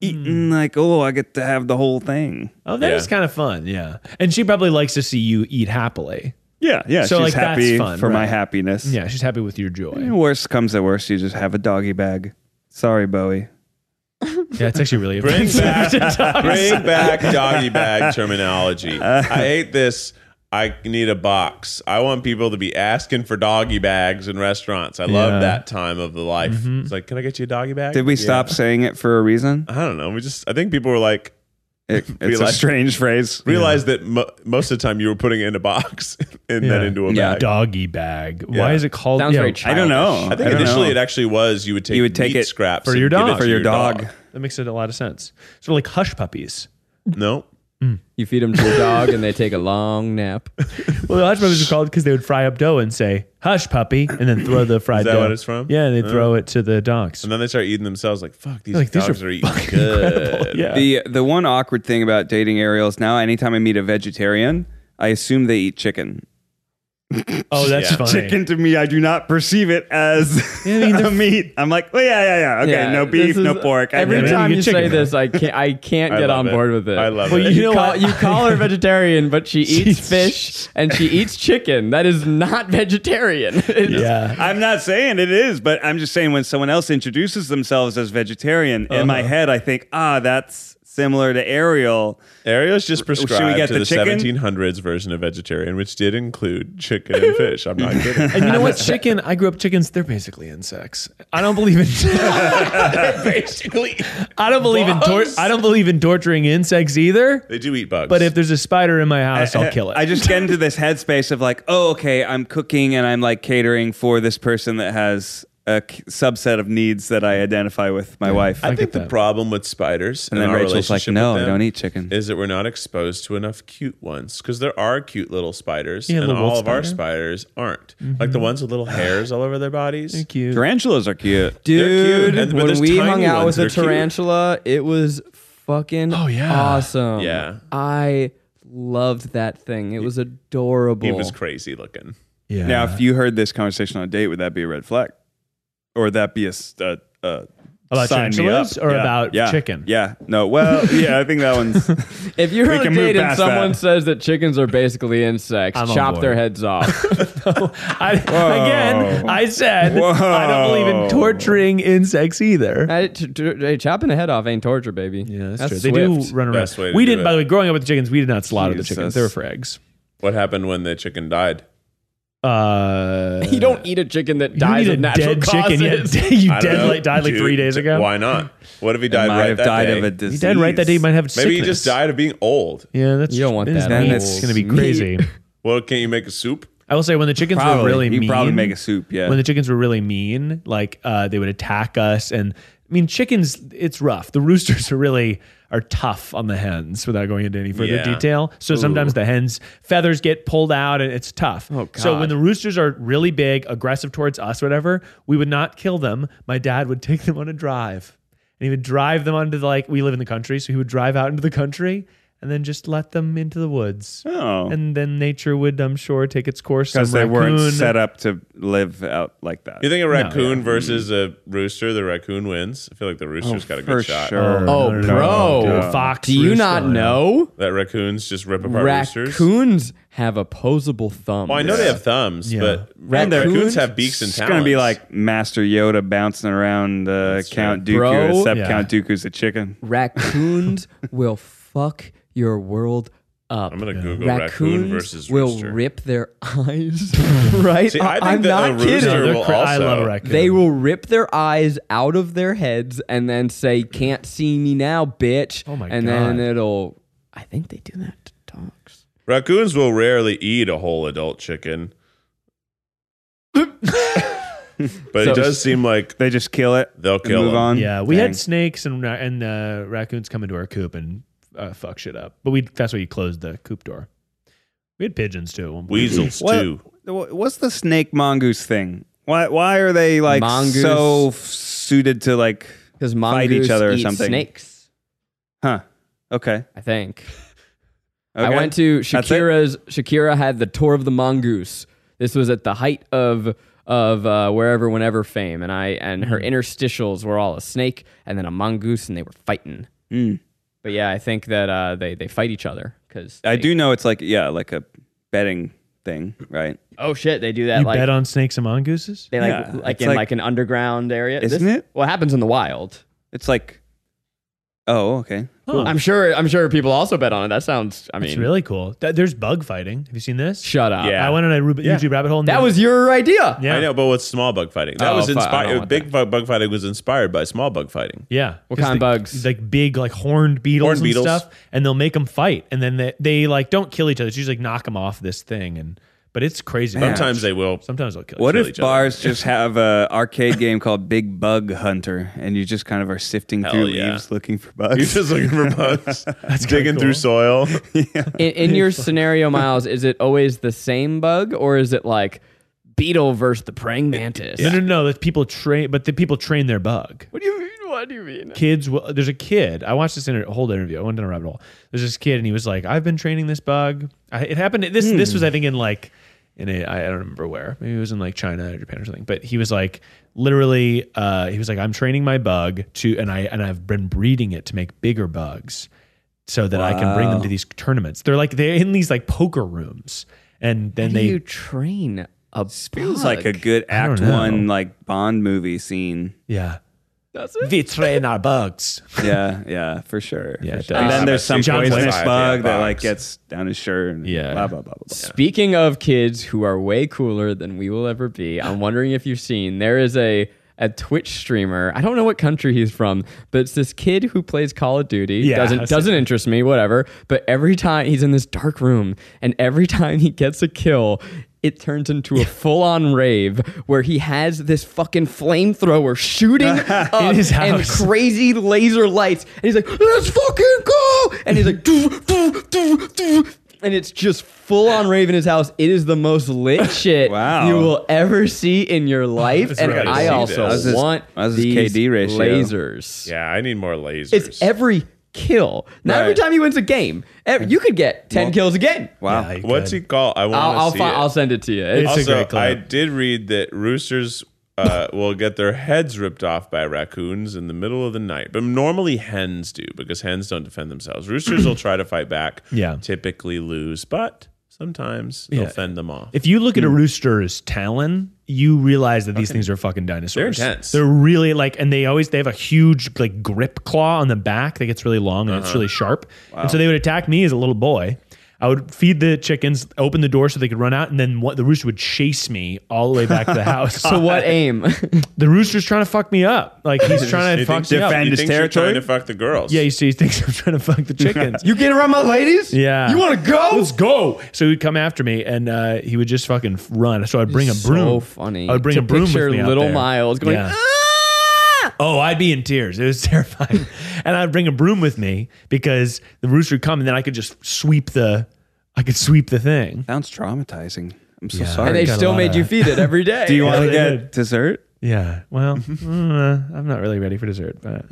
Speaker 4: eating, like, oh, I get to have the whole thing.
Speaker 5: Oh, that is
Speaker 2: Yeah.
Speaker 5: kind of fun. Yeah. And she probably likes to see you eat happily.
Speaker 4: Yeah, yeah.
Speaker 5: So,
Speaker 4: she's
Speaker 5: like, that's
Speaker 4: happy
Speaker 5: fun,
Speaker 4: for my
Speaker 5: right.
Speaker 4: happiness.
Speaker 5: Yeah. She's happy with your joy.
Speaker 4: Worst comes to worst, you just have a doggy bag. Sorry, Bowie.
Speaker 5: Yeah. It's actually really
Speaker 2: Bring
Speaker 5: offensive.
Speaker 2: back, bring back doggy bag terminology. I hate this. I need a box. I want people to be asking for doggy bags in restaurants. I love
Speaker 5: Yeah. Mm-hmm.
Speaker 2: that time of the life. It's like, can I get you a doggy bag?
Speaker 4: Did we stop saying it for a reason?
Speaker 2: I don't know. We just, I think people were like,
Speaker 4: It, it's a
Speaker 2: Realize-
Speaker 4: strange phrase.
Speaker 2: realized that mo- most of the time you were putting it in a box and then
Speaker 5: Yeah.
Speaker 2: into a
Speaker 4: Yeah.
Speaker 2: bag.
Speaker 5: Doggy bag. Why
Speaker 2: Yeah.
Speaker 5: is it called?
Speaker 3: Sounds
Speaker 5: yeah,
Speaker 3: very
Speaker 4: I don't know.
Speaker 2: I think
Speaker 4: don't
Speaker 2: initially
Speaker 4: know.
Speaker 2: it actually was you would take
Speaker 4: You would take
Speaker 2: meat
Speaker 4: it
Speaker 2: scraps
Speaker 5: for
Speaker 2: and
Speaker 5: your
Speaker 2: give it
Speaker 5: dog.
Speaker 2: to
Speaker 5: For
Speaker 4: your dog.
Speaker 5: That makes it a lot of sense. Sort of like hush puppies.
Speaker 2: No,
Speaker 3: You feed them to your dog and they take a long nap.
Speaker 5: Well, the hush puppies are called because they would fry up dough and say "hush puppy" and then throw the fried.
Speaker 2: that
Speaker 5: dough.
Speaker 2: what it's from? Oh.
Speaker 5: Yeah, and they throw it to the dogs.
Speaker 2: and then they start eating themselves. Like fuck, these
Speaker 5: Like, these
Speaker 2: dogs
Speaker 5: are
Speaker 2: are, eating good.
Speaker 5: Yeah,
Speaker 4: The the one awkward thing about dating Ariel's now, anytime I meet a vegetarian, I assume they eat chicken.
Speaker 5: oh, that's
Speaker 2: Yeah.
Speaker 5: funny.
Speaker 4: Chicken to me, I do not perceive it as a meat. I'm like, oh yeah, yeah, yeah. Okay,
Speaker 3: Yeah,
Speaker 4: no
Speaker 3: this
Speaker 4: beef,
Speaker 3: is-
Speaker 4: no pork. I
Speaker 3: Every
Speaker 4: get it.
Speaker 5: Yeah,
Speaker 3: time
Speaker 5: you
Speaker 3: you,
Speaker 5: get
Speaker 3: say
Speaker 5: chicken,
Speaker 3: this, I can't. I can't
Speaker 2: I
Speaker 3: get
Speaker 2: love
Speaker 3: on
Speaker 2: it.
Speaker 3: board with it.
Speaker 2: I love
Speaker 5: Well,
Speaker 2: it.
Speaker 5: you know
Speaker 3: call,
Speaker 5: what?
Speaker 3: you call her vegetarian, but she eats fish and she eats chicken. That is not vegetarian. It's-
Speaker 5: Yeah.
Speaker 4: I'm not saying it is, but I'm just saying when someone else introduces themselves as vegetarian, in my head I think, ah, that's similar to Ariel.
Speaker 2: Ariel's just
Speaker 4: we
Speaker 2: prescribed
Speaker 4: get
Speaker 2: to
Speaker 4: the
Speaker 2: the
Speaker 4: chicken?
Speaker 2: 1700s version of vegetarian, which did include chicken and fish. I'm not kidding.
Speaker 5: And you know what? Chicken. I grew up. Chickens. They're basically insects. I don't believe in.
Speaker 2: Basically,
Speaker 5: I don't believe in. Tor-
Speaker 2: Bugs?
Speaker 5: I don't believe in torturing insects either.
Speaker 2: they do eat bugs.
Speaker 5: But if there's a spider in my house, I'll kill it.
Speaker 4: I just get into this headspace of like, oh, okay, I'm cooking and I'm like catering for this person that has a c- subset of needs that I identify with my wife.
Speaker 2: I
Speaker 5: get
Speaker 2: think the
Speaker 5: that.
Speaker 2: problem with spiders
Speaker 4: and
Speaker 2: and
Speaker 4: then
Speaker 2: our
Speaker 4: Rachel's like,
Speaker 2: relationship
Speaker 4: no,
Speaker 2: with
Speaker 4: I
Speaker 2: them
Speaker 4: don't eat chicken.
Speaker 2: Is that we're not exposed to enough cute ones because there are cute little spiders,
Speaker 5: Yeah,
Speaker 2: and
Speaker 5: little
Speaker 2: all
Speaker 5: wolf
Speaker 2: of our
Speaker 5: spider. Mm-hmm.
Speaker 2: spiders aren't. Like the ones with little hairs all over their bodies.
Speaker 5: Thank you.
Speaker 4: Tarantulas are cute.
Speaker 2: They're
Speaker 3: Dude,
Speaker 2: cute, and- but
Speaker 3: when
Speaker 2: there's
Speaker 3: we
Speaker 2: tiny
Speaker 3: hung out
Speaker 2: ones
Speaker 3: with a
Speaker 2: that are cute.
Speaker 3: tarantula, it was fucking
Speaker 5: Oh, yeah.
Speaker 3: awesome.
Speaker 2: Yeah.
Speaker 3: I loved that thing. It was adorable.
Speaker 2: He was crazy looking.
Speaker 5: Yeah.
Speaker 4: Now, if you heard this conversation on a date, would that be a red flag? Or would that be a. s- a- a
Speaker 5: About
Speaker 4: sign me
Speaker 5: tarantulas
Speaker 4: up?
Speaker 5: or
Speaker 4: Yeah.
Speaker 5: about
Speaker 4: Yeah.
Speaker 5: chicken?
Speaker 4: Yeah. No. Well, yeah, I think that one's.
Speaker 3: If you're on a
Speaker 4: can move
Speaker 3: date and
Speaker 4: past
Speaker 3: someone
Speaker 4: that.
Speaker 3: says that chickens are basically insects,
Speaker 5: I'm on
Speaker 3: chop
Speaker 5: board.
Speaker 3: their heads off.
Speaker 5: I, again, I said
Speaker 4: Whoa.
Speaker 5: I don't believe in torturing insects either.
Speaker 3: I- t- t- hey, chopping a head off ain't torture, baby.
Speaker 5: Yeah, that's, true. They
Speaker 3: swift.
Speaker 5: do run around.
Speaker 2: Best way to
Speaker 5: we
Speaker 2: do
Speaker 5: didn't,
Speaker 2: it.
Speaker 5: by the way, growing up with the chickens, we did not slaughter the chickens.
Speaker 4: Jesus.
Speaker 5: They were for eggs.
Speaker 2: What happened when the chicken died?
Speaker 5: Uh,
Speaker 3: You don't eat a chicken that
Speaker 5: you don't
Speaker 3: dies
Speaker 5: eat
Speaker 3: of natural
Speaker 5: dead
Speaker 3: causes.
Speaker 5: chicken yet. you
Speaker 2: I don't
Speaker 5: dead,
Speaker 2: know.
Speaker 5: like, died like
Speaker 2: Dude,
Speaker 5: three days
Speaker 2: d-
Speaker 5: ago.
Speaker 2: Why not? What if he died
Speaker 4: might
Speaker 2: right
Speaker 4: have
Speaker 2: that
Speaker 4: died
Speaker 2: day?
Speaker 4: of a
Speaker 5: He
Speaker 4: disease.
Speaker 5: died right that day. He might have
Speaker 2: Maybe
Speaker 5: sickness.
Speaker 2: he just died of being old.
Speaker 5: Yeah, that's
Speaker 3: You don't want
Speaker 5: it's
Speaker 3: that
Speaker 5: meat.
Speaker 4: old
Speaker 5: It's gonna be
Speaker 3: meat.
Speaker 5: crazy.
Speaker 2: Well, can't you make a soup?
Speaker 5: I will say when the chickens were
Speaker 4: Probably.
Speaker 5: really
Speaker 4: He'd
Speaker 5: mean,
Speaker 4: probably make a soup, yeah.
Speaker 5: When the chickens were really mean, like uh, they would attack us, and I mean chickens, it's rough. The roosters are really are tough on the hens, without going into any further
Speaker 2: Yeah.
Speaker 5: detail. So sometimes the hens' feathers get pulled out, and it's tough. Oh, God. So when the roosters are really big, aggressive towards us, whatever, we would not kill them. My dad would take them on a drive, and he would drive them onto the like we live in the country, so he would drive out into the country. And then just let them into the woods
Speaker 4: Oh.
Speaker 5: and then nature would, I'm sure, take its course.
Speaker 4: Because
Speaker 5: some
Speaker 4: they weren't
Speaker 5: raccoon-
Speaker 4: set up to live out like that.
Speaker 2: You think a raccoon versus a rooster? The raccoon wins. I feel like the rooster's got a
Speaker 4: Oh, For
Speaker 2: good shot.
Speaker 4: sure.
Speaker 3: Oh, bro.
Speaker 5: Fox.
Speaker 3: Do you
Speaker 5: rooster.
Speaker 3: not know?
Speaker 2: That raccoons just rip apart roosters.
Speaker 3: Raccoons have opposable thumbs.
Speaker 2: Well, I know they have thumbs,
Speaker 5: Yeah.
Speaker 2: but
Speaker 3: And they're-
Speaker 2: raccoons, have Oh, beaks and
Speaker 4: It's
Speaker 2: talons.
Speaker 4: gonna be like Master Yoda bouncing around uh, Count Dooku,
Speaker 3: Bro.
Speaker 4: except
Speaker 5: Yeah.
Speaker 4: Count Dooku's a chicken.
Speaker 3: Raccoons will fuck your world up.
Speaker 2: I'm gonna Google raccoon
Speaker 3: Raccoons
Speaker 2: versus
Speaker 3: will
Speaker 2: rooster.
Speaker 3: rip their eyes. right?
Speaker 2: See, I think
Speaker 3: am
Speaker 2: that
Speaker 3: not
Speaker 2: a
Speaker 3: kidding.
Speaker 2: rooster
Speaker 5: they're
Speaker 2: will
Speaker 5: cra- I
Speaker 2: also-
Speaker 5: love a raccoon.
Speaker 3: They will rip their eyes out of their heads and then say, "Can't see me now, bitch."
Speaker 5: Oh my
Speaker 3: and And
Speaker 5: God.
Speaker 3: then it'll. I think they do that to dogs.
Speaker 2: Raccoons will rarely eat a whole adult chicken. but
Speaker 3: So-
Speaker 2: it does seem like
Speaker 4: They just kill it.
Speaker 2: They'll
Speaker 4: and
Speaker 2: kill
Speaker 4: move
Speaker 2: them.
Speaker 4: on.
Speaker 5: Yeah, we
Speaker 4: Dang.
Speaker 5: had snakes and ra- and uh, raccoons come into our coop and uh, fuck shit up. But we that's why you closed the coop door. We had pigeons too. At one point.
Speaker 2: weasels
Speaker 4: What-
Speaker 2: too.
Speaker 4: wh- What's the snake mongoose thing? Why? Why are they like
Speaker 3: Mongoose.
Speaker 4: so f- suited to like?
Speaker 3: Because
Speaker 4: Fight
Speaker 3: mongoose
Speaker 4: each other or
Speaker 3: eat
Speaker 4: something.
Speaker 3: snakes.
Speaker 4: Huh? Okay.
Speaker 3: I think.
Speaker 4: Okay.
Speaker 3: I went to
Speaker 4: That's it?
Speaker 3: Shakira's. Shakira had the tour of the mongoose. This was at the height of of uh, wherever, whenever fame, and I and her
Speaker 4: Mm-hmm.
Speaker 3: interstitials were all a snake and then a mongoose, and they were fighting.
Speaker 4: Hmm,
Speaker 3: But yeah, I think that uh, they they fight each other because
Speaker 4: I do know it's like yeah, like a betting thing, right?
Speaker 3: Oh shit, they do that
Speaker 5: You
Speaker 3: like
Speaker 5: bet on snakes and mongooses.
Speaker 3: they like
Speaker 4: Yeah,
Speaker 3: like
Speaker 4: it's
Speaker 3: in
Speaker 4: like-
Speaker 3: like, an underground area,
Speaker 4: Isn't it?
Speaker 3: Well, it happens in the wild.
Speaker 4: It's like, oh, okay.
Speaker 3: I'm sure. I'm sure people also bet on it. That sounds. I mean,
Speaker 5: It's really cool. Th- There's bug fighting. Have you seen this?
Speaker 3: Shut up.
Speaker 2: Yeah.
Speaker 5: I went on a Rub- YouTube rabbit hole. and
Speaker 3: That
Speaker 5: the-
Speaker 3: was your idea.
Speaker 5: Yeah.
Speaker 2: I know, but what's small bug fighting? That
Speaker 3: Oh,
Speaker 2: was
Speaker 3: fu- I don't
Speaker 2: inspired.
Speaker 3: want
Speaker 2: Big bu- bug fighting was inspired by small bug fighting.
Speaker 5: Yeah.
Speaker 3: What
Speaker 5: 'Cause
Speaker 3: kind of
Speaker 5: they-
Speaker 3: bugs?
Speaker 5: Like big, like horned beetles
Speaker 2: Horned
Speaker 5: and
Speaker 2: beetles.
Speaker 5: stuff. And they'll make them fight. And then they, they like don't kill each other. It's usually like knock them off this thing. And But it's crazy.
Speaker 2: Sometimes they will.
Speaker 5: Sometimes they'll kill
Speaker 4: What
Speaker 5: each
Speaker 2: Kill
Speaker 4: if
Speaker 2: each other.
Speaker 4: bars just have a arcade game called Big Bug Hunter, and you just kind of are sifting through
Speaker 2: yeah.
Speaker 4: leaves looking for
Speaker 2: You're
Speaker 4: bugs?
Speaker 2: just looking for bugs. digging
Speaker 5: kinda
Speaker 2: through
Speaker 5: cool.
Speaker 2: soil.
Speaker 3: In, in your scenario, Miles, is it always the same bug, or is it like beetle versus the praying mantis?
Speaker 5: No, no, no, no. That people train, but the people train their bug.
Speaker 3: What do you mean? What do you mean?
Speaker 5: Kids, will, there's a kid. I watched this inter- whole interview. I went down a rabbit hole. There's this kid, and he was like, "I've been training this bug." I, it happened. This this was, I think, in like, in a, I I don't remember where. Maybe it was in like China or Japan or something. But he was like, literally, uh, he was like, "I'm training my bug to, and I and I've been breeding it to make bigger bugs." so that I can bring them to these tournaments. They're like they're in these like poker rooms, and then
Speaker 3: How do
Speaker 5: they
Speaker 3: you train a
Speaker 4: Feels like a good Act
Speaker 5: know.
Speaker 4: One like Bond movie scene.
Speaker 5: yeah. We train our bugs.
Speaker 4: Yeah, yeah, for sure.
Speaker 5: Yeah,
Speaker 4: for
Speaker 5: it
Speaker 4: sure.
Speaker 5: does.
Speaker 4: And then there's some
Speaker 5: John Wayne.
Speaker 4: poisonous
Speaker 2: Yeah,
Speaker 4: bug that
Speaker 2: bugs.
Speaker 4: like gets down his shirt. And
Speaker 5: Yeah.
Speaker 4: blah blah blah blah. blah.
Speaker 3: Speaking of kids who are way cooler than we will ever be, I'm wondering if you've seen there is a a Twitch streamer. I don't know what country he's from, but it's this kid who plays Call of Duty.
Speaker 5: Yeah,
Speaker 3: doesn't
Speaker 5: I've seen
Speaker 3: doesn't interest me, whatever. But every time he's in this dark room, and every time he gets a kill. It turns into a full-on rave where he has this fucking flamethrower shooting up
Speaker 5: his
Speaker 3: and
Speaker 5: house.
Speaker 3: crazy laser lights, and he's like, "Let's fucking go!" And he's like, "Doo doo doo doo," and it's just full on rave in his house. It is the most lit shit
Speaker 4: Wow.
Speaker 3: you will ever see in your life,
Speaker 5: That's
Speaker 3: and
Speaker 5: right.
Speaker 3: I
Speaker 2: I
Speaker 3: also
Speaker 2: see
Speaker 4: this.
Speaker 3: want
Speaker 4: How's this
Speaker 3: these
Speaker 4: KD ratio?
Speaker 3: lasers.
Speaker 2: Yeah, I need more lasers.
Speaker 3: It's every kill. Not every
Speaker 4: Right.
Speaker 3: time he wins a game. Ev- you could get ten kills a game.
Speaker 4: Wow.
Speaker 5: Yeah,
Speaker 2: What's he called? I
Speaker 3: I'll I'll,
Speaker 2: want to see
Speaker 3: fi-
Speaker 2: it.
Speaker 3: I'll send it to you. It's-
Speaker 5: It's- a
Speaker 2: also,
Speaker 5: great clip.
Speaker 2: I did read that roosters uh, will get their heads ripped off by raccoons in the middle of the night, but normally hens do because hens don't defend themselves. Roosters will try to fight back.
Speaker 5: Yeah.
Speaker 2: typically lose, but sometimes they'll
Speaker 5: Yeah.
Speaker 2: fend them off.
Speaker 5: If you look at a rooster's talon, you realize that these things are fucking dinosaurs.
Speaker 2: They're intense.
Speaker 5: They're really like, and they always they have a huge like grip claw on the back that gets really long and it's really sharp. And so they would attack me as a little boy. I would feed the chickens, open the door so they could run out, and then what the rooster would chase me all the way back to the house.
Speaker 3: so what aim?
Speaker 5: the rooster's trying to fuck me up. Like he's trying to
Speaker 2: You
Speaker 5: fuck
Speaker 2: think
Speaker 5: me up.
Speaker 4: defend
Speaker 2: you
Speaker 4: his
Speaker 2: think you're
Speaker 4: territory?
Speaker 2: trying to fuck the girls.
Speaker 5: Yeah, he, so he thinks I'm trying to fuck the chickens.
Speaker 3: you get around my ladies?
Speaker 5: Yeah.
Speaker 3: You want to go?
Speaker 5: Let's go. So he'd come after me, and uh, he would just fucking run. So I'd bring a
Speaker 3: So
Speaker 5: broom.
Speaker 3: funny.
Speaker 5: I would bring
Speaker 3: to
Speaker 5: a broom
Speaker 3: picture
Speaker 5: with me out
Speaker 3: little
Speaker 5: there.
Speaker 3: Miles going.
Speaker 5: Yeah.
Speaker 3: "Ah!"
Speaker 5: Oh, I'd be in tears. It was terrifying. and I'd bring a broom with me because the rooster would come, and then I could just sweep the, I could sweep the thing.
Speaker 4: Sounds traumatizing. I'm so
Speaker 3: And they
Speaker 4: sorry.
Speaker 5: got a
Speaker 3: still
Speaker 5: lot
Speaker 3: made
Speaker 5: of-
Speaker 3: you feed it every day.
Speaker 4: Do you want
Speaker 5: Yeah,
Speaker 4: to
Speaker 5: they
Speaker 4: get
Speaker 5: did.
Speaker 4: dessert?
Speaker 5: Yeah. Well, mm, uh, I'm not really ready for dessert, but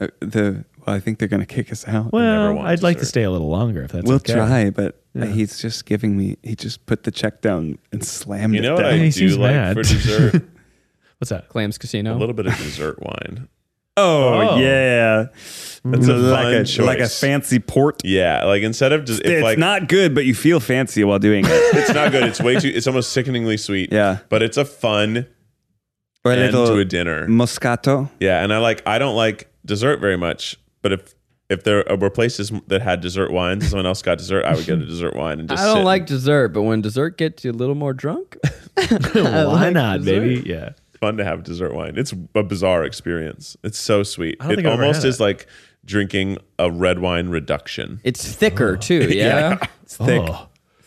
Speaker 4: Uh, the well, I think they're gonna kick us out.
Speaker 5: well,
Speaker 2: want
Speaker 5: I'd like to
Speaker 2: dessert.
Speaker 5: stay a little longer if that's
Speaker 4: we'll
Speaker 5: okay.
Speaker 4: try, but uh, he's just giving me. He just put the check down and slammed
Speaker 2: you know
Speaker 4: it
Speaker 2: what
Speaker 4: down.
Speaker 2: I
Speaker 5: He
Speaker 2: do
Speaker 5: seems
Speaker 2: like
Speaker 5: mad.
Speaker 2: for dessert?
Speaker 5: What's that?
Speaker 3: Clams Casino?
Speaker 2: a little bit of dessert wine.
Speaker 4: oh,
Speaker 5: Oh.
Speaker 4: yeah, that's
Speaker 2: a fun
Speaker 4: like a
Speaker 2: choice.
Speaker 4: like a fancy port.
Speaker 2: Yeah, like instead of just
Speaker 4: It's
Speaker 2: if like
Speaker 4: not good, but you feel fancy while doing it.
Speaker 2: it's not good. It's way too. It's almost sickeningly sweet.
Speaker 4: Yeah.
Speaker 2: but it's a fun
Speaker 4: or a
Speaker 2: end
Speaker 4: little
Speaker 2: to a dinner.
Speaker 4: moscato.
Speaker 2: Yeah, and I like I don't like dessert very much, but if if there were places that had dessert wines, and someone else got dessert, I would get a dessert wine and just.
Speaker 3: I don't
Speaker 2: sit
Speaker 3: like dessert, but when dessert gets you a little more drunk,
Speaker 5: Why
Speaker 3: like
Speaker 5: not,
Speaker 3: dessert.
Speaker 5: baby? Yeah.
Speaker 2: and fun to have dessert wine. It's a bizarre experience. It's so sweet.
Speaker 5: don't
Speaker 2: It
Speaker 5: think I've ever
Speaker 2: almost
Speaker 5: had
Speaker 2: is
Speaker 5: that.
Speaker 2: like drinking a red wine reduction.
Speaker 3: it's thicker too. Yeah.
Speaker 4: It's thick,
Speaker 5: Oh.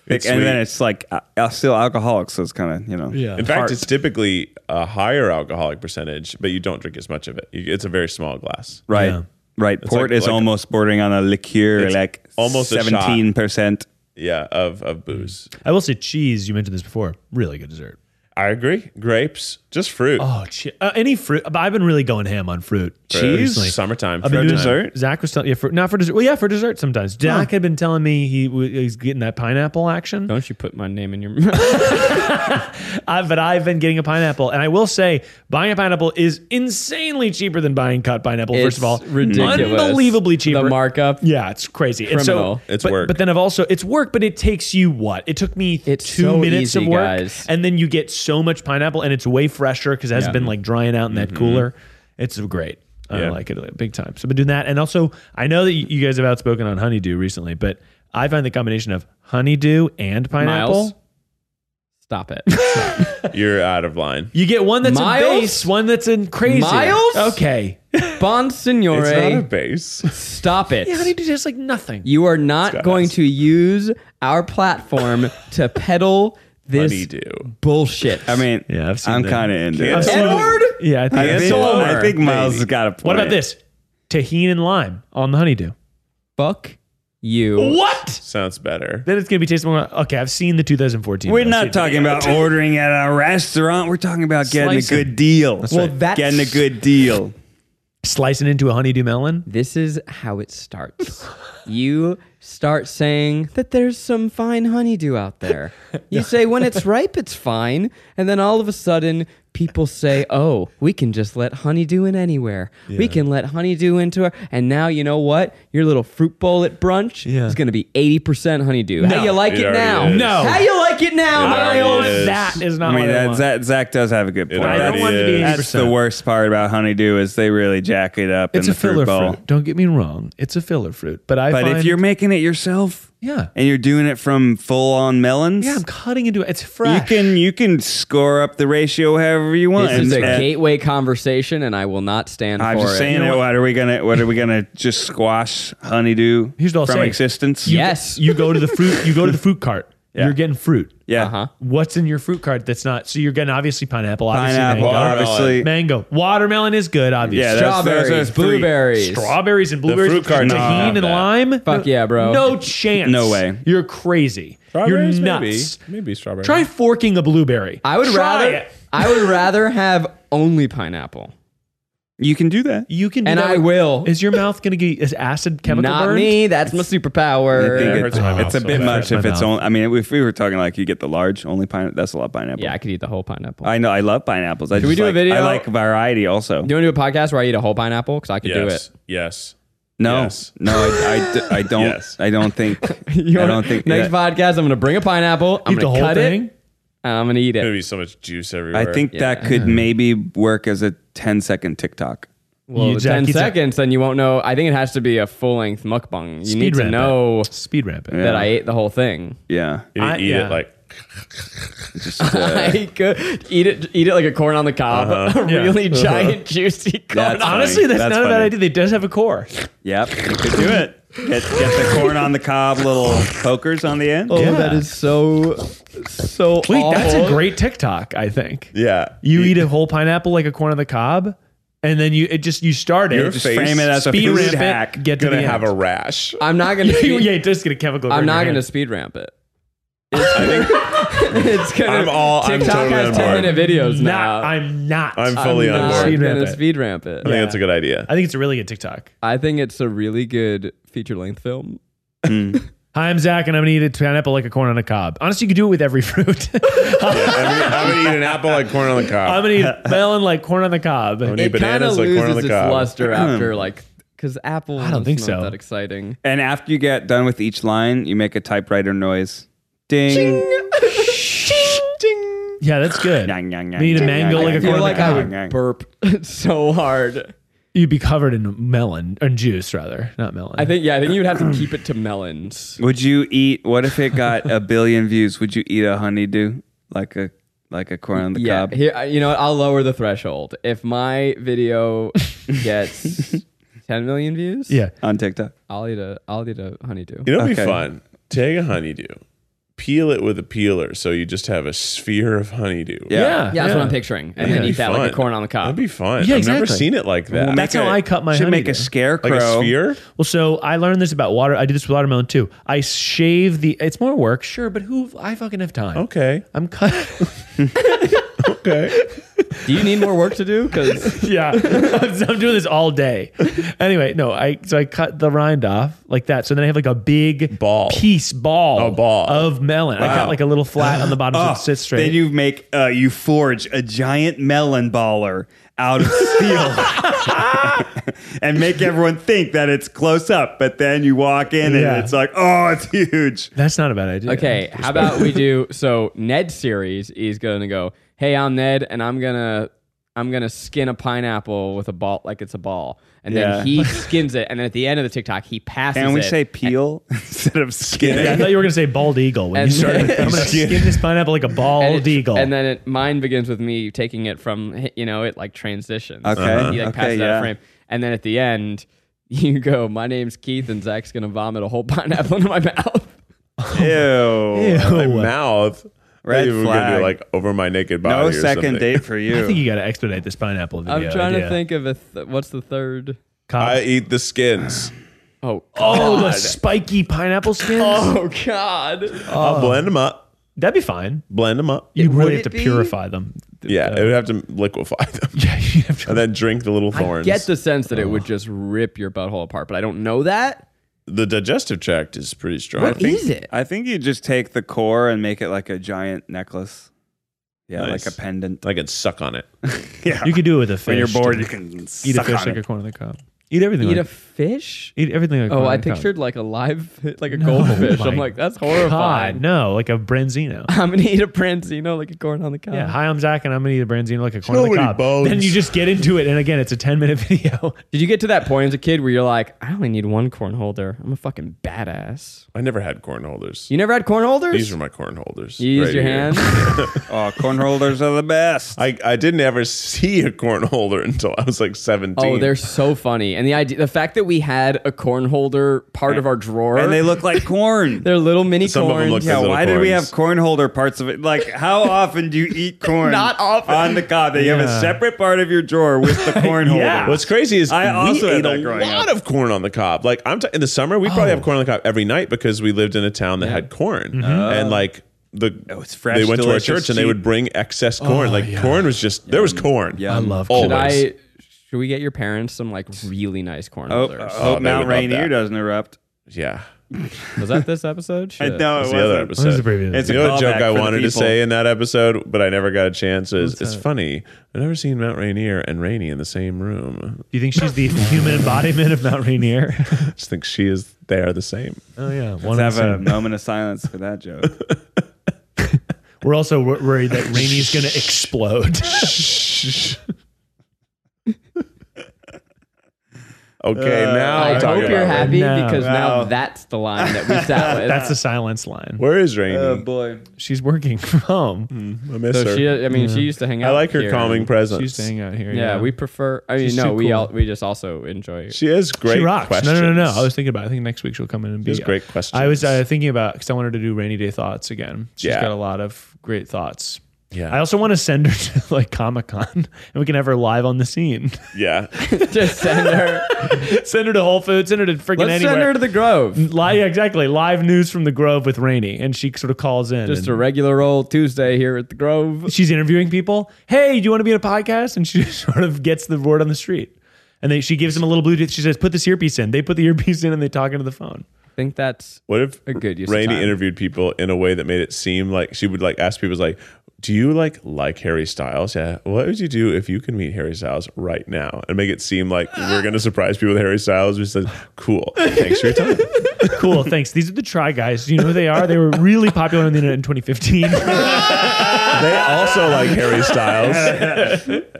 Speaker 4: thick,
Speaker 2: It's
Speaker 4: and then
Speaker 2: sweet.
Speaker 4: it's like uh, uh, still alcoholic, so it's kind of you know.
Speaker 5: Yeah.
Speaker 2: In fact, it's typically a higher alcoholic percentage, but you don't drink as much of it. You, it's a very small glass.
Speaker 4: Right.
Speaker 5: Yeah.
Speaker 4: Right. Port
Speaker 2: like-
Speaker 4: is
Speaker 2: like-
Speaker 4: almost bordering on a liqueur,
Speaker 2: It's
Speaker 4: like
Speaker 2: almost a shot.
Speaker 4: 17%.
Speaker 2: Yeah, of of booze.
Speaker 5: I will say cheese. You mentioned this before. Really good dessert.
Speaker 2: I agree. Grapes, just fruit.
Speaker 5: Oh, che- uh, any fruit. But I've been really going ham on fruit.
Speaker 2: Fruit.
Speaker 5: Recently.
Speaker 2: summertime,
Speaker 5: I've been
Speaker 2: fruit
Speaker 5: doing
Speaker 2: time.
Speaker 5: dessert. Zach was telling yeah, for, not for dessert. Well, yeah, for dessert sometimes. Zach had been telling me he w- he's getting that pineapple action,
Speaker 3: Don't you put my name in your mouth.
Speaker 5: I, but I've been getting a pineapple, and I will say buying a pineapple is insanely cheaper than buying cut pineapple. first of all,
Speaker 3: ridiculous.
Speaker 5: unbelievably cheaper.
Speaker 3: The markup.
Speaker 5: Yeah, it's crazy. And so-
Speaker 3: Criminal.
Speaker 2: It's
Speaker 5: but,
Speaker 2: work.
Speaker 5: But then I've also it's work, but it takes you what? It took me
Speaker 3: It's
Speaker 5: two
Speaker 3: so
Speaker 5: minutes
Speaker 3: easy,
Speaker 5: of work,
Speaker 3: guys.
Speaker 5: and then you
Speaker 3: Mm-hmm.
Speaker 5: get so much pineapple, and it's way fresher because it hasn't been like drying out in that cooler. It's great. I
Speaker 2: Yeah.
Speaker 5: like it big time. So I've been doing that, and also I know that you you guys have outspoken on honeydew recently, but I find the combination of honeydew and pineapple.
Speaker 3: Miles? Stop it.
Speaker 2: You're out of line.
Speaker 5: You get one that's
Speaker 3: Miles?
Speaker 5: a base, one that's in crazy.
Speaker 3: Miles?
Speaker 5: Okay.
Speaker 3: Bon
Speaker 2: It's not a
Speaker 3: Signore,
Speaker 2: base.
Speaker 3: stop it.
Speaker 5: Yeah, honeydew tastes like nothing.
Speaker 3: You are not
Speaker 2: got
Speaker 3: going
Speaker 2: ass.
Speaker 3: to use our platform to peddle this
Speaker 2: Honeydew.
Speaker 3: bullshit.
Speaker 4: I mean,
Speaker 5: Yeah, I've seen
Speaker 4: I'm
Speaker 5: that.
Speaker 4: kind of into it.
Speaker 2: I've seen-
Speaker 3: Edward,
Speaker 5: Yeah, I think
Speaker 4: I think,
Speaker 3: Solar,
Speaker 4: I think Miles has got a point.
Speaker 5: What about this? Tahini and lime on the honeydew.
Speaker 3: fuck you.
Speaker 5: What?
Speaker 2: Sounds better.
Speaker 5: Then it's gonna be tasting more. Okay, I've seen the 2014.
Speaker 4: We're
Speaker 5: I've seen
Speaker 4: not
Speaker 5: it.
Speaker 4: talking about ordering at a restaurant. We're talking about getting
Speaker 5: Slice
Speaker 4: a
Speaker 5: 'em.
Speaker 4: good deal.
Speaker 3: Well, right. that's-
Speaker 4: getting a good deal.
Speaker 5: slicing into a honeydew melon.
Speaker 3: This is how it starts. you start saying that there's some fine honeydew out there. You say when it's ripe, it's fine. And then all of a sudden, people say, oh, we can just let honeydew in anywhere. We can let honeydew into our. And now, you know what? Your little fruit bowl at brunch
Speaker 5: Yeah.
Speaker 3: is going to be 80% honeydew. How you like
Speaker 2: It
Speaker 3: it,
Speaker 2: already
Speaker 3: now?
Speaker 2: is.
Speaker 5: No.
Speaker 3: How you like it now,
Speaker 2: already
Speaker 3: Miles?
Speaker 2: is.
Speaker 5: That is not
Speaker 4: I mean,
Speaker 5: what I
Speaker 4: that,
Speaker 5: want.
Speaker 4: Zach, Zach does have a good point.
Speaker 2: already
Speaker 5: I don't want it to be
Speaker 2: is.
Speaker 5: 80%.
Speaker 4: That's the worst part about honeydew is they really jack it up
Speaker 5: It's
Speaker 4: in
Speaker 5: a
Speaker 4: the fruit
Speaker 5: filler
Speaker 4: bowl.
Speaker 5: fruit. Don't get me wrong. It's a filler fruit. But I.
Speaker 4: But
Speaker 5: find,
Speaker 4: if you're making it yourself,
Speaker 5: yeah,
Speaker 4: and you're doing it from full on melons,
Speaker 5: yeah, I'm cutting into it. It's
Speaker 4: you
Speaker 5: fresh.
Speaker 4: can you can score up the ratio however you want.
Speaker 3: This is a
Speaker 4: And- and
Speaker 3: gateway conversation, and I will not stand
Speaker 4: I'm
Speaker 3: for
Speaker 4: just
Speaker 3: it.
Speaker 4: saying, it. what are we gonna what are we gonna just squash honeydew
Speaker 5: Here's what I'll
Speaker 4: from
Speaker 5: say.
Speaker 4: existence?
Speaker 3: yes.
Speaker 5: You go to the fruit. You go to the fruit cart.
Speaker 4: Yeah.
Speaker 5: You're getting fruit.
Speaker 4: yeah.
Speaker 3: Uh-huh.
Speaker 5: What's in your fruit cart that's not? So you're getting obviously pineapple, obviously
Speaker 4: Pineapple,
Speaker 5: mango.
Speaker 4: obviously.
Speaker 5: Mango, watermelon is good, obviously.
Speaker 4: Yeah, that's-
Speaker 3: Strawberries,
Speaker 4: that's three.
Speaker 3: blueberries.
Speaker 5: Strawberries and blueberries,
Speaker 2: fruit cart doesn't
Speaker 5: tahini
Speaker 2: have
Speaker 5: and
Speaker 2: that.
Speaker 5: lime.
Speaker 3: Fuck
Speaker 5: No-
Speaker 3: yeah, bro.
Speaker 5: No chance.
Speaker 4: No way.
Speaker 5: You're crazy.
Speaker 2: Strawberries,
Speaker 5: you're nuts.
Speaker 2: Maybe. Maybe strawberry.
Speaker 5: Try forking a blueberry.
Speaker 3: I would
Speaker 5: Try
Speaker 3: rather
Speaker 5: it.
Speaker 3: I would rather have only pineapple.
Speaker 4: You can do that.
Speaker 5: You can, do
Speaker 3: And
Speaker 5: that
Speaker 3: I
Speaker 5: with-
Speaker 3: will.
Speaker 5: Is your mouth gonna get is acid chemical
Speaker 3: Not
Speaker 5: burned?
Speaker 3: me. That's my superpower.
Speaker 4: I think
Speaker 2: it
Speaker 4: it-
Speaker 2: hurts my mouth
Speaker 4: it's a
Speaker 2: so
Speaker 4: bit
Speaker 2: bad.
Speaker 4: much
Speaker 5: It
Speaker 4: if
Speaker 5: hurts my
Speaker 4: it's
Speaker 5: mouth.
Speaker 4: only. I mean, if we were talking like you get the large only pineapple, that's a lot of pineapple.
Speaker 3: yeah, I could eat the whole pineapple.
Speaker 4: I know. I love pineapples. I
Speaker 3: Can we
Speaker 4: just
Speaker 3: do a
Speaker 4: like-
Speaker 3: video?
Speaker 4: I like variety also.
Speaker 3: do you want to do a podcast where I eat a whole pineapple? Because I could
Speaker 2: yes. Yes.
Speaker 4: no,
Speaker 2: Yes.
Speaker 4: no, I, I d- I don't.
Speaker 2: Yes.
Speaker 4: I don't think.
Speaker 3: do it. You
Speaker 4: I
Speaker 3: wanna-
Speaker 4: don't think.
Speaker 3: next
Speaker 4: that-
Speaker 3: podcast I'm gonna bring a pineapple. I'm
Speaker 5: Eat the
Speaker 3: gonna
Speaker 5: whole
Speaker 3: cut
Speaker 5: thing.
Speaker 3: it. and I'm gonna eat
Speaker 2: There's
Speaker 3: it.
Speaker 2: gonna be so much juice everywhere.
Speaker 4: I think that could
Speaker 3: Mm-hmm.
Speaker 4: maybe work as a 10 second TikTok.
Speaker 3: Well,
Speaker 5: You
Speaker 3: ten
Speaker 5: Jackie Chan-
Speaker 3: seconds, then you won't know. I think it has to be a full length mukbang. You
Speaker 5: Speed
Speaker 3: need to
Speaker 5: ramp it.
Speaker 3: know
Speaker 5: Speed ramp it.
Speaker 3: that
Speaker 4: Yeah.
Speaker 3: I ate the whole thing.
Speaker 4: Yeah.
Speaker 2: you need to
Speaker 5: I-
Speaker 2: eat
Speaker 5: yeah.
Speaker 2: it like
Speaker 4: Just, uh,
Speaker 3: I could eat it, eat it like a corn on the cob. a
Speaker 5: Yeah. Uh-huh.
Speaker 3: really giant, juicy corn.
Speaker 4: Uh-huh. That's
Speaker 3: on-
Speaker 5: Honestly, that's,
Speaker 4: That's
Speaker 5: not a bad
Speaker 4: funny.
Speaker 5: idea. It does have a core.
Speaker 4: yep. You could do it. Get, get the corn on the cob, little pokers on the end.
Speaker 3: Oh,
Speaker 5: Yeah.
Speaker 3: that is so, so.
Speaker 5: Wait, that's a
Speaker 3: awful.
Speaker 5: great TikTok. I think
Speaker 2: yeah.
Speaker 5: you eat a whole pineapple like a corn on the cob, and then you it just you start it.
Speaker 2: Your
Speaker 5: Just
Speaker 2: face
Speaker 4: Frame it as a
Speaker 5: speed
Speaker 4: food
Speaker 5: ramp
Speaker 4: hack.
Speaker 5: it. Get to
Speaker 2: gonna
Speaker 5: the
Speaker 2: have
Speaker 5: end.
Speaker 2: a rash.
Speaker 3: I'm not gonna.
Speaker 5: yeah,
Speaker 3: speed-
Speaker 5: it does get a chemical.
Speaker 3: I'm not
Speaker 5: going
Speaker 3: gonna
Speaker 5: to.
Speaker 3: speed ramp it.
Speaker 2: I think
Speaker 3: It's gonna.
Speaker 2: I'm all- I'm
Speaker 3: TikTok
Speaker 2: totally
Speaker 3: has
Speaker 2: on
Speaker 3: ten
Speaker 2: board.
Speaker 3: minute videos now.
Speaker 5: Not, I'm not.
Speaker 2: I'm
Speaker 3: I'm
Speaker 2: fully on
Speaker 3: not
Speaker 2: board.
Speaker 5: Speed ramp
Speaker 3: gonna
Speaker 5: it.
Speaker 3: speed ramp it.
Speaker 2: I think
Speaker 5: Yeah.
Speaker 2: that's a good idea.
Speaker 5: I think it's a really good TikTok.
Speaker 3: I think it's a really good feature length film.
Speaker 5: Hi, I'm Zach, and I'm gonna eat a pineapple like a corn on a cob. Honestly, you could do it with every fruit.
Speaker 2: I'm gonna- I'm gonna eat an apple like corn on the cob.
Speaker 5: I'm gonna eat melon like corn on the cob.
Speaker 2: I'm gonna eat
Speaker 3: it kind of
Speaker 2: bananas like corn on
Speaker 3: loses
Speaker 2: the
Speaker 3: its
Speaker 2: cob.
Speaker 3: luster after like because Apple. I
Speaker 5: don't think
Speaker 3: not
Speaker 5: so.
Speaker 3: That exciting.
Speaker 4: And after you get done with each line, you make a typewriter noise. Ding.
Speaker 5: Yeah, that's good.
Speaker 4: Yang, yang, yang,
Speaker 5: We need a
Speaker 4: yang,
Speaker 5: mango
Speaker 4: yang,
Speaker 5: like
Speaker 3: I
Speaker 5: a
Speaker 4: yang,
Speaker 5: corn
Speaker 3: feel
Speaker 5: on
Speaker 3: like
Speaker 5: the
Speaker 3: I
Speaker 5: cob.
Speaker 3: would burp so hard.
Speaker 5: You'd be covered in melon and juice, rather, not melon.
Speaker 3: I think yeah. I think you would have to keep it to melons.
Speaker 4: Would you eat? What if it got a billion views? Would you eat a honeydew like a like a corn on the
Speaker 3: Yeah,
Speaker 4: cob?
Speaker 3: here I- you know what? I'll lower the threshold. If my video gets 10 million views,
Speaker 5: Yeah.
Speaker 4: on TikTok.
Speaker 3: I'll eat a I'll eat a honeydew.
Speaker 2: You know, it'd
Speaker 4: Okay.
Speaker 2: be fun. Take a honeydew, peel it with a peeler, so you just have a sphere of honeydew.
Speaker 4: Yeah.
Speaker 5: Yeah.
Speaker 3: Yeah, that's what I'm picturing. And then
Speaker 2: That'd be
Speaker 3: eat that like a
Speaker 2: fun.
Speaker 3: corn on the cob.
Speaker 2: That'd be fun.
Speaker 5: Yeah,
Speaker 2: I've never
Speaker 5: exactly.
Speaker 2: seen it like that.
Speaker 5: That's
Speaker 4: Make
Speaker 5: how
Speaker 4: a-
Speaker 5: I cut my
Speaker 4: Should make
Speaker 5: honeydew.
Speaker 4: a scarecrow.
Speaker 2: like a sphere.
Speaker 5: Well, so I learned this about water. I do this with watermelon too. I shave the. It's more work, sure, but who? I fucking have time.
Speaker 2: Okay.
Speaker 5: I'm cut.
Speaker 2: Okay.
Speaker 3: Do you need more work to do? Because
Speaker 5: yeah, I'm doing this all day. Anyway, no, I so I cut the rind off like that. So then I have like a big
Speaker 2: Ball.
Speaker 5: piece ball,
Speaker 2: A ball. Ah.
Speaker 5: of melon. I cut like a little flat on the bottom so it sits straight.
Speaker 4: Then you make uh, you forge a giant melon baller out of steel and make everyone think that it's close up, but then you walk in
Speaker 5: Yeah.
Speaker 4: and it's like, oh, it's huge.
Speaker 5: That's not a bad idea.
Speaker 3: okay, how about we do so Ned series is gonna go, Hey, I'm Ned and I'm gonna I'm gonna skin a pineapple with a ball like it's a ball, and
Speaker 4: Yeah.
Speaker 3: then he skins it, and then at the end of the TikTok, he passes.
Speaker 4: Can we
Speaker 3: it.
Speaker 4: say peel instead of skin?
Speaker 5: Yeah, I thought you were going to say bald eagle when
Speaker 3: And-
Speaker 5: you started. I'm going to skin this pineapple like a
Speaker 3: and it-
Speaker 5: bald eagle.
Speaker 3: And then it, mine begins with me taking it from you know it like transitions.
Speaker 4: Okay,
Speaker 3: He like
Speaker 4: okay,
Speaker 3: passes out
Speaker 4: yeah.
Speaker 3: of frame, and then at the end, you go, "My name's Keith, and Zach's gonna vomit a whole pineapple into my mouth."
Speaker 4: Ew.
Speaker 5: Ew.
Speaker 2: my mouth.
Speaker 4: Red
Speaker 2: Maybe We're gonna
Speaker 4: flag.
Speaker 2: do like over my naked body.
Speaker 4: No
Speaker 2: or
Speaker 4: second
Speaker 2: something.
Speaker 4: date for you.
Speaker 5: I think you got to expedite this pineapple video.
Speaker 3: I'm trying
Speaker 5: idea.
Speaker 3: to think of a th- what's the third.
Speaker 5: Cops.
Speaker 2: I eat the skins.
Speaker 3: Oh,
Speaker 5: oh, the spiky pineapple skins?
Speaker 3: oh God!
Speaker 5: Oh.
Speaker 2: I'll blend them up.
Speaker 5: That'd be fine.
Speaker 2: Blend them up.
Speaker 5: You'd
Speaker 3: would
Speaker 5: really have
Speaker 3: it be?
Speaker 5: to purify them.
Speaker 2: Yeah, it would have to liquefy them
Speaker 5: Yeah, you have to.
Speaker 2: and then drink the little
Speaker 3: I
Speaker 2: thorns.
Speaker 3: get the sense that it would just rip your butthole apart, but I don't know that.
Speaker 2: the digestive tract is pretty strong.
Speaker 3: What is it?
Speaker 4: I think you just take the core and make it like a giant necklace. Yeah,
Speaker 2: Nice.
Speaker 4: like a pendant.
Speaker 2: I could suck on it.
Speaker 4: Yeah.
Speaker 5: You could do it with a fish.
Speaker 4: when you're bored,
Speaker 5: dude.
Speaker 4: you can
Speaker 5: eat a
Speaker 4: suck
Speaker 5: fish
Speaker 4: on it.
Speaker 5: like a corner of the cob. Eat everything.
Speaker 3: Eat a
Speaker 5: like,
Speaker 3: fish?
Speaker 5: eat everything. Like a
Speaker 3: Oh,
Speaker 5: corn
Speaker 3: I
Speaker 5: on the cob.
Speaker 3: pictured like a live, fi- like a
Speaker 5: No,
Speaker 3: goldfish.
Speaker 5: my
Speaker 3: I'm like, that's
Speaker 5: God,
Speaker 3: horrifying.
Speaker 5: no, like a branzino.
Speaker 3: I'm gonna eat a branzino like a corn on the cob.
Speaker 5: Yeah, hi, I'm Zach, and I'm gonna eat a branzino like a corn on the
Speaker 2: many
Speaker 5: cob.
Speaker 2: bones.
Speaker 5: Then you just get into it, and again, it's a 10 minute video.
Speaker 3: Did you get to that point as a kid where you're like, I only need one corn holder. I'm a fucking badass.
Speaker 2: I never had corn holders.
Speaker 3: You never had corn holders?
Speaker 2: These are my corn holders.
Speaker 3: you use
Speaker 2: right
Speaker 3: your
Speaker 2: here.
Speaker 3: hand.
Speaker 4: Oh, corn holders are the best.
Speaker 2: I, I didn't ever see a corn holder until I was like 17.
Speaker 3: oh, they're so funny. And the idea, the fact that we had a corn holder part of our drawer,
Speaker 4: and they look like corn.
Speaker 3: they're little mini
Speaker 2: Some of them
Speaker 3: corns.
Speaker 2: look
Speaker 4: yeah,
Speaker 2: Little
Speaker 4: why did we have
Speaker 2: corns.
Speaker 4: corn holder parts of it? Like, how often do you eat corn?
Speaker 3: Not often.
Speaker 4: On the cob, that you have
Speaker 5: Yeah.
Speaker 4: a separate part of your drawer with the corn holder.
Speaker 5: Yeah.
Speaker 2: What's crazy is
Speaker 4: I
Speaker 2: we
Speaker 4: also had
Speaker 2: ate
Speaker 4: that
Speaker 2: a
Speaker 4: growing
Speaker 2: lot
Speaker 4: up.
Speaker 2: of corn on the cob. Like I'm t- in the summer, we
Speaker 5: Oh.
Speaker 2: probably have corn on the cob every night because we lived in a town that had corn
Speaker 5: Mm-hmm.
Speaker 2: and like the
Speaker 4: Oh, it's fresh,
Speaker 2: they went to our
Speaker 4: delicious,
Speaker 2: church and they
Speaker 4: cheap.
Speaker 2: would bring excess
Speaker 5: Oh,
Speaker 2: corn. like corn was just there was corn.
Speaker 4: Yum. I
Speaker 5: love
Speaker 2: always.
Speaker 3: should I? Should we get your parents some like really nice corn
Speaker 4: Oh,
Speaker 3: holders?
Speaker 4: I
Speaker 2: Oh,
Speaker 4: hope
Speaker 2: they
Speaker 4: Mount
Speaker 2: would love
Speaker 4: Rainier
Speaker 2: that.
Speaker 4: doesn't erupt.
Speaker 2: Yeah,
Speaker 3: Was that this episode?
Speaker 4: I
Speaker 3: Shit.
Speaker 4: know it
Speaker 2: that's the other
Speaker 4: Oh, wasn't.
Speaker 2: episode.
Speaker 5: That was the previous
Speaker 4: It's a
Speaker 2: the other joke
Speaker 4: callback
Speaker 2: I
Speaker 4: for the
Speaker 2: wanted to
Speaker 4: people.
Speaker 2: say in that episode, but I never got a chance is it's
Speaker 5: that?
Speaker 2: funny. I've never seen Mount Rainier and Rainey in the same room.
Speaker 5: Do you think she's the human embodiment of Mount Rainier?
Speaker 2: I just think she is they are the same.
Speaker 5: oh yeah, one
Speaker 4: Let's have a
Speaker 5: of
Speaker 4: moment of silence for that joke.
Speaker 5: We're also wor- worried that Rainey's gonna explode.
Speaker 4: Uh,
Speaker 2: Okay, now
Speaker 3: I
Speaker 2: I'm talking
Speaker 3: hope
Speaker 2: about
Speaker 3: you're
Speaker 2: Rainey.
Speaker 3: happy
Speaker 5: No.
Speaker 3: because now
Speaker 4: Wow.
Speaker 3: that's the line that we sat with.
Speaker 5: That's the silence line.
Speaker 2: Where is Rainey?
Speaker 5: Uh,
Speaker 4: oh, boy.
Speaker 5: She's working from
Speaker 4: Hmm.
Speaker 5: home.
Speaker 2: I miss
Speaker 3: so
Speaker 2: her.
Speaker 3: she, I mean, she used to hang out.
Speaker 2: I like her
Speaker 3: here.
Speaker 2: calming presence.
Speaker 5: She's staying out here.
Speaker 3: Yeah, we prefer. I mean,
Speaker 5: She's
Speaker 3: no,
Speaker 5: too
Speaker 3: we
Speaker 5: cool.
Speaker 3: all we just also enjoy.
Speaker 2: She has great
Speaker 5: She rocks.
Speaker 2: questions.
Speaker 5: No, no, no, no. I was thinking about. It. I think next week she'll come in and be.
Speaker 2: has great questions.
Speaker 5: I was uh, thinking about because I wanted to do rainy day thoughts again. She's
Speaker 2: Yeah.
Speaker 5: got a lot of great thoughts.
Speaker 2: Yeah.
Speaker 5: I also want to send her to like Comic Con, and we can have her live on the scene.
Speaker 2: yeah.
Speaker 3: just send her.
Speaker 5: send her to Whole Foods. Send her to freaking
Speaker 3: Let's
Speaker 5: anywhere.
Speaker 3: send her to the Grove.
Speaker 5: Live, exactly. Live news from the Grove with Rainy, and she sort of calls in.
Speaker 3: Just a
Speaker 5: and
Speaker 3: regular old Tuesday here at the Grove.
Speaker 5: she's interviewing people. Hey, do you want to be in a podcast? And she sort of gets the word on the street, and they, she gives them a little Bluetooth. She says, "Put this earpiece in." They put the earpiece in, and they talk into the phone.
Speaker 3: I think that's
Speaker 2: What if
Speaker 3: A good use of
Speaker 2: Rainey
Speaker 3: time.
Speaker 2: interviewed people in a way that made it seem like she would like ask people like, "Do you like like Harry Styles? Yeah. What would you do if you could meet Harry Styles right now?" And make it seem like we're gonna surprise people with Harry Styles. We said, "Cool. Thanks for your time."
Speaker 5: Cool, thanks. These are the Try Guys. Do you know who they are? They were really popular on the internet in 2015.
Speaker 2: they also like Harry Styles.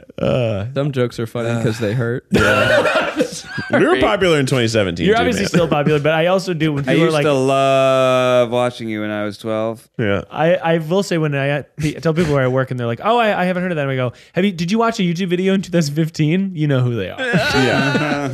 Speaker 3: some jokes are funny because they hurt.
Speaker 2: We were popular in 2017.
Speaker 5: You're
Speaker 2: too,
Speaker 5: obviously
Speaker 2: man.
Speaker 5: still popular, but I also do when
Speaker 4: I
Speaker 5: people are
Speaker 4: used
Speaker 5: like.
Speaker 4: to love watching you when I was 12.
Speaker 2: yeah.
Speaker 5: I, I will say when I, I tell people where I work and they're like, oh, I, I haven't heard of that. And I go, have you? Did you watch a YouTube video in 2015? You know who they are.
Speaker 2: Yeah.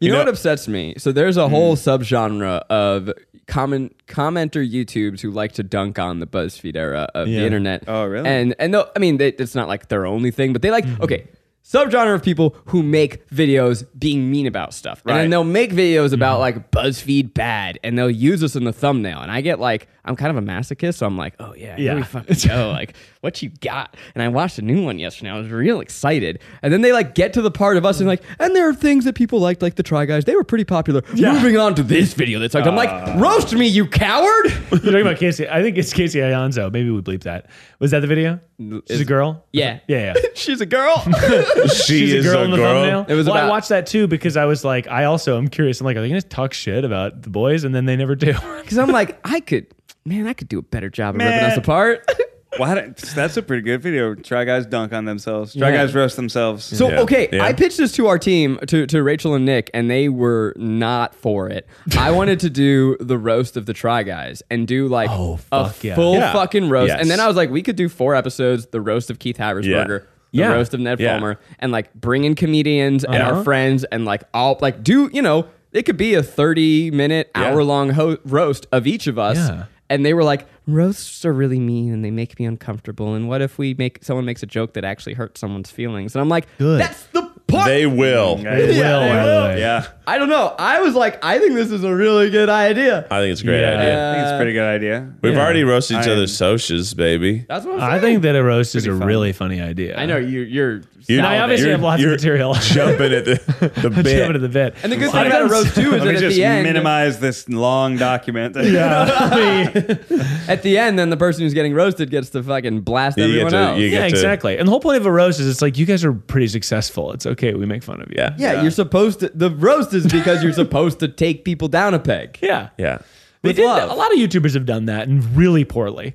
Speaker 3: You, know,
Speaker 2: know-
Speaker 3: what upsets me? So there's a whole subgenre of comment commenter YouTubes who like to dunk on the BuzzFeed era of
Speaker 5: Yeah.
Speaker 3: the internet.
Speaker 4: Oh, really?
Speaker 3: And and though I mean, they, it's not like their only thing, but they like okay. Subgenre of people who make videos being mean about stuff, and
Speaker 4: Right.
Speaker 3: then they'll make videos about like BuzzFeed bad, and they'll use us in the thumbnail. And I get like, I'm kind of a masochist, so I'm like, oh yeah, yeah.
Speaker 5: Yeah.
Speaker 3: we fucking go. Like, what you got? And I watched a new one yesterday. I was real excited. And then they like get to the part of us and like, and there are things that people liked, like the Try Guys. They were pretty popular. Moving on to this video that's like, I'm like, roast me, you coward.
Speaker 5: You're talking about Casey. I think it's Casey Alonso. Maybe we bleep that. Was that the video? She's a girl.
Speaker 3: Yeah.
Speaker 5: Yeah. yeah.
Speaker 3: She's a girl.
Speaker 2: She
Speaker 5: She's
Speaker 2: is
Speaker 5: a girl in the thumbnail.
Speaker 3: It was
Speaker 5: well, I
Speaker 3: about-
Speaker 5: watched that too because I was like, I also am curious. I'm like, are they going to talk shit about the boys? And then they never do.
Speaker 3: Because I'm like, I could, man, I could do a better job of ripping us apart.
Speaker 4: Why? don't- That's a pretty good video. Try guys dunk on themselves. Try
Speaker 3: Yeah.
Speaker 4: guys roast themselves.
Speaker 3: So
Speaker 2: Yeah.
Speaker 3: okay,
Speaker 2: Yeah.
Speaker 3: I pitched this to our team to to Rachel and Nick, and they were not for it. I wanted to do the roast of the Try Guys and do like
Speaker 5: Oh,
Speaker 3: a
Speaker 5: fuck yeah.
Speaker 3: full
Speaker 2: Yeah.
Speaker 3: fucking roast,
Speaker 2: Yes.
Speaker 3: and then I was like, we could do four episodes: the roast of Keith Habersberger. The
Speaker 5: Yeah.
Speaker 3: roast of Ned
Speaker 2: Yeah.
Speaker 3: Fulmer and like bring in comedians and
Speaker 5: Uh-huh.
Speaker 3: our friends and like all like do you know it could be a 30 minute
Speaker 2: Yeah.
Speaker 3: hour long ho- roast of each of us
Speaker 5: Yeah.
Speaker 3: and they were like roasts are really mean and they make me uncomfortable and what if we make someone makes a joke that actually hurts someone's feelings and i'm like
Speaker 5: Good.
Speaker 3: that's the point
Speaker 2: They will.
Speaker 5: They will, by the way.
Speaker 4: yeah,
Speaker 3: i don't know i was like i think this is a really good idea
Speaker 2: I think it's a great
Speaker 5: Yeah.
Speaker 2: idea.
Speaker 4: I think it's a pretty good idea.
Speaker 2: We've
Speaker 5: yeah.
Speaker 2: already roasted each
Speaker 4: I-
Speaker 2: other's socias, baby.
Speaker 3: that's what i'm saying
Speaker 5: I think that a roast is a
Speaker 4: Pretty fun.
Speaker 5: really funny idea.
Speaker 3: i know you you're
Speaker 2: You-
Speaker 5: And I obviously
Speaker 2: You're-
Speaker 5: have lots of
Speaker 2: you're
Speaker 5: material.
Speaker 2: Jumping at the, the bit.
Speaker 5: Jump into the bit.
Speaker 3: and the good
Speaker 5: I
Speaker 3: thing about a
Speaker 5: don't-
Speaker 3: roast too is that
Speaker 4: Let me
Speaker 3: at
Speaker 4: just
Speaker 3: the end
Speaker 4: minimize this long document.
Speaker 5: Yeah, I mean-
Speaker 3: at the end then the person who's getting roasted gets to fucking blast
Speaker 2: You get
Speaker 3: everyone
Speaker 2: to-
Speaker 3: else
Speaker 2: you get-
Speaker 5: yeah,
Speaker 2: to-
Speaker 5: exactly. And the whole point of a roast is it's like you guys are pretty successful. It's okay. We make fun of you.
Speaker 2: Yeah.
Speaker 3: yeah, you're supposed to. The roast is because you're supposed to take people down a peg.
Speaker 5: yeah.
Speaker 2: Yeah.
Speaker 5: They
Speaker 3: With
Speaker 5: did
Speaker 3: love.
Speaker 5: that- A lot of YouTubers have done that and really poorly,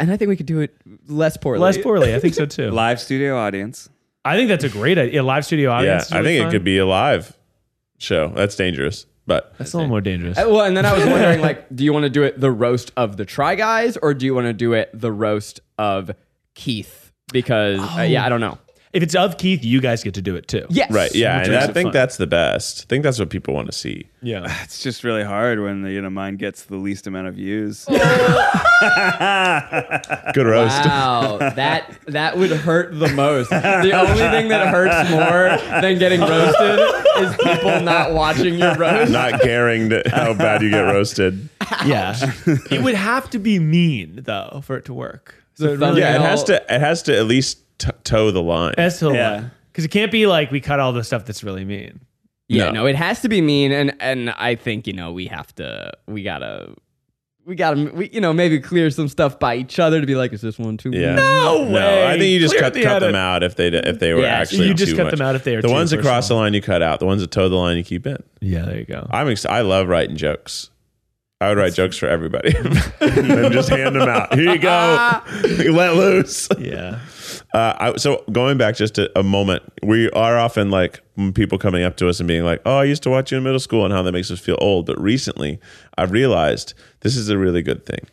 Speaker 3: And I think we could do it less poorly.
Speaker 5: less poorly. I think so too.
Speaker 4: Live studio audience.
Speaker 5: I think that's a great idea. A live studio
Speaker 2: Yeah.
Speaker 5: audience. is
Speaker 2: I
Speaker 5: really
Speaker 2: think it
Speaker 5: fun.
Speaker 2: could be a live show. That's dangerous. But
Speaker 5: That's a little more dangerous.
Speaker 3: Uh, Well, and then I was wondering, like, do you want to do it the roast of the Try Guys, or do you want to do it the roast of Keith? Because uh, yeah, I don't know.
Speaker 5: If it's of Keith, you guys get to do it too.
Speaker 3: Yes,
Speaker 2: right. Yeah.
Speaker 5: Which
Speaker 2: And
Speaker 5: makes
Speaker 2: I
Speaker 5: it
Speaker 2: think
Speaker 5: fun.
Speaker 2: that's the best. I think that's what people want to see.
Speaker 5: Yeah.
Speaker 4: It's just really hard when you know mine gets the least amount of views.
Speaker 2: Good roast.
Speaker 3: Wow, that that would hurt the most. The only thing that hurts more than getting roasted is people not watching your roast.
Speaker 2: Not caring that how bad you get roasted.
Speaker 5: Yeah. it would have to be mean though for it to work. So it really
Speaker 3: thumbnail-
Speaker 2: Yeah, it has to. It has to at least t- toe the line.
Speaker 5: has to
Speaker 4: Yeah.
Speaker 5: Because it can't be like we cut all the stuff that's really mean.
Speaker 3: Yeah,
Speaker 2: No.
Speaker 3: no. it has to be mean, and and I think you know we have to, we gotta, we gotta, we, you know, maybe clear some stuff by each other to be like, is this one too?
Speaker 2: Yeah.
Speaker 3: mean?
Speaker 2: No, I think you just
Speaker 5: Clear
Speaker 2: cut,
Speaker 5: the
Speaker 2: cut them
Speaker 5: edit.
Speaker 2: out if they if they were
Speaker 3: Yeah,
Speaker 2: actually
Speaker 5: you just
Speaker 2: too
Speaker 5: cut
Speaker 2: much.
Speaker 5: them out if they are
Speaker 2: the
Speaker 5: too
Speaker 2: ones that
Speaker 5: personal.
Speaker 2: cross the line you cut out. The ones that toe the line you keep in.
Speaker 5: Yeah, there you go.
Speaker 2: I'm ex- I love writing jokes. I would write jokes for everybody and just hand them out. Here you go. Let loose.
Speaker 5: Yeah.
Speaker 2: Uh, I, so going back just a, a moment, we are often like mm, people coming up to us and being like, "Oh, I used to watch you in middle school," and how that makes us feel old. But recently, I've realized this is a really good thing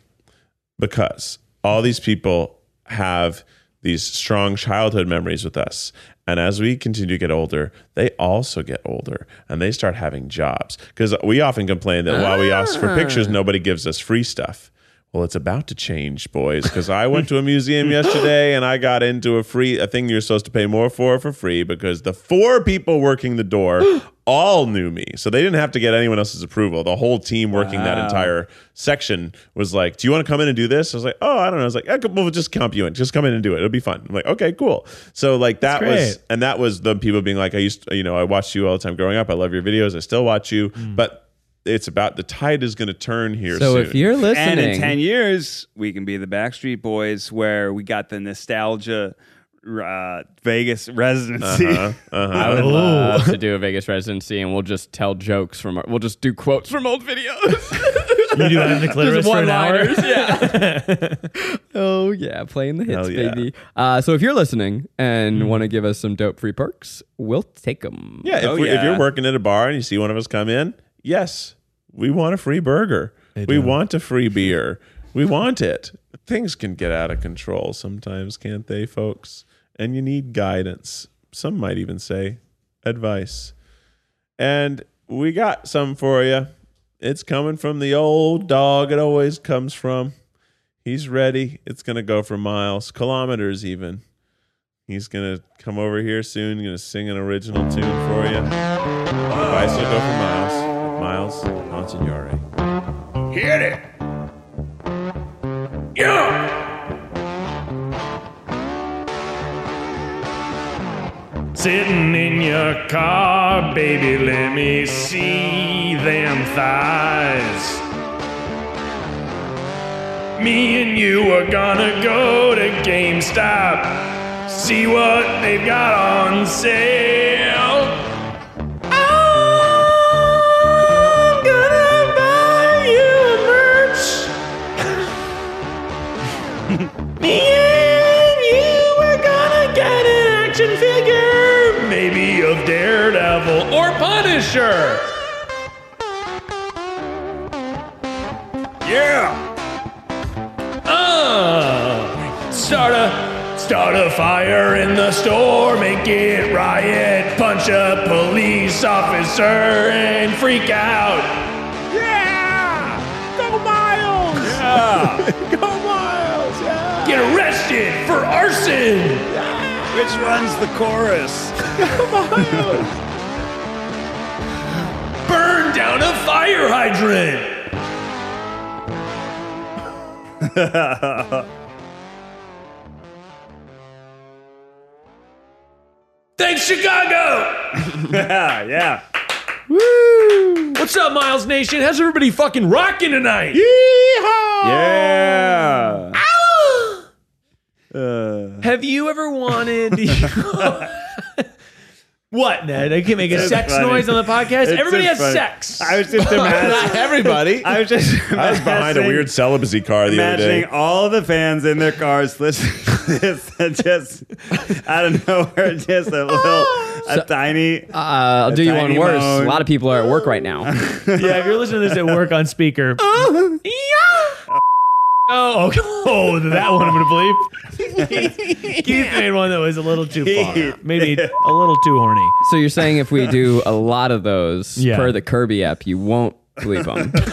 Speaker 2: because all these people have these strong childhood memories with us. And as we continue to get older, they also get older and they start having jobs. Because we often complain that while we ask for pictures, nobody gives us free stuff. Well, it's about to change, boys, because I went to a museum yesterday and I got into a free a thing you're supposed to pay more for for free because the four people working the door all knew me. So they didn't have to get anyone else's approval. The whole team working that entire section was like, "Do you want to come in and do this?" I was like, "Oh, I don't know." I was like, "Yeah, come- "We'll just count you in. Just come in and do it. It'll be fun." I'm like, "Okay, cool." So like that was
Speaker 5: great.
Speaker 2: and that was the people being like, "I used, to, you know, I watched you all the time growing up. I love your videos. I still watch you, but." It's about the tide is going to turn here.
Speaker 3: Mm. So
Speaker 2: soon.
Speaker 3: if you're listening,
Speaker 4: and in 10 years, we can be the Backstreet Boys where we got the nostalgia uh, Vegas residency.
Speaker 2: Uh-huh.
Speaker 3: I would love uh, to do a Vegas residency, and we'll just tell jokes from, our, we'll just do quotes from old videos.
Speaker 5: You do that in the clitoris
Speaker 3: Just
Speaker 5: for an hour.
Speaker 3: one-liners, yeah. oh yeah, playing the hits,
Speaker 2: Hell yeah.
Speaker 3: baby. Uh, so if you're listening and want to give us some dope free perks, we'll take them.
Speaker 2: Yeah, if,
Speaker 4: Oh,
Speaker 2: we, if
Speaker 4: yeah.
Speaker 2: you're working at a bar and you see one of us come in, yes, we want a free burger. We want a free beer. We want it. Things can get out of control sometimes, can't they, folks? And you need guidance. Some might even say advice. And we got some for you. It's coming from the old dog it always comes from. He's ready. It's going to go for miles, kilometers even. He's gonna come over here soon. Gonna sing an original tune for you. Advice will go for Miles. Miles Monsignore.
Speaker 6: Hit it. Yeah.
Speaker 5: Sitting in your car, baby, let me see them thighs. Me and you are gonna go to GameStop, see what they've got on sale. I'm gonna buy you a merch.
Speaker 7: Me and you were gonna get an action figure, maybe of Daredevil or Punisher.
Speaker 5: Yeah.
Speaker 7: Uh, start a
Speaker 5: Start a fire in the store, make it riot, punch a police officer and freak out. Yeah! Go Miles! Yeah! Go Miles! Yeah! Get arrested for arson!
Speaker 4: Which one's the chorus?
Speaker 5: Burn down a fire hydrant! Thanks, Chicago!
Speaker 4: yeah, Ah, yeah.
Speaker 7: What's up, Miles Nation? How's everybody fucking rocking tonight?
Speaker 4: Yeah.
Speaker 7: Have you ever wanted? what, Ned? I can make a sex
Speaker 4: funny.
Speaker 7: noise on the podcast.
Speaker 4: It's
Speaker 7: Everybody has
Speaker 4: just funny.
Speaker 7: sex.
Speaker 4: I was just
Speaker 8: Not
Speaker 4: imagining.
Speaker 8: everybody.
Speaker 3: Uh,
Speaker 4: I was just.
Speaker 2: I was behind a
Speaker 4: imagining-
Speaker 2: weird celibacy car the other
Speaker 4: Imagining
Speaker 2: day.
Speaker 4: all the fans in their cars listening to this, and just out of nowhere, just a little, a tiny.
Speaker 3: Uh, I'll do you one
Speaker 4: tiny
Speaker 3: worse.
Speaker 4: moan.
Speaker 3: A lot of people are at work right now.
Speaker 7: yeah, if you're listening to this at work on speaker. oh, oh, oh, that one I'm gonna bleep. Keith made one that was a little too far, maybe a little too horny.
Speaker 3: so you're saying if we do a lot of those
Speaker 7: Yeah.
Speaker 3: per the Kirby app, you won't believe them.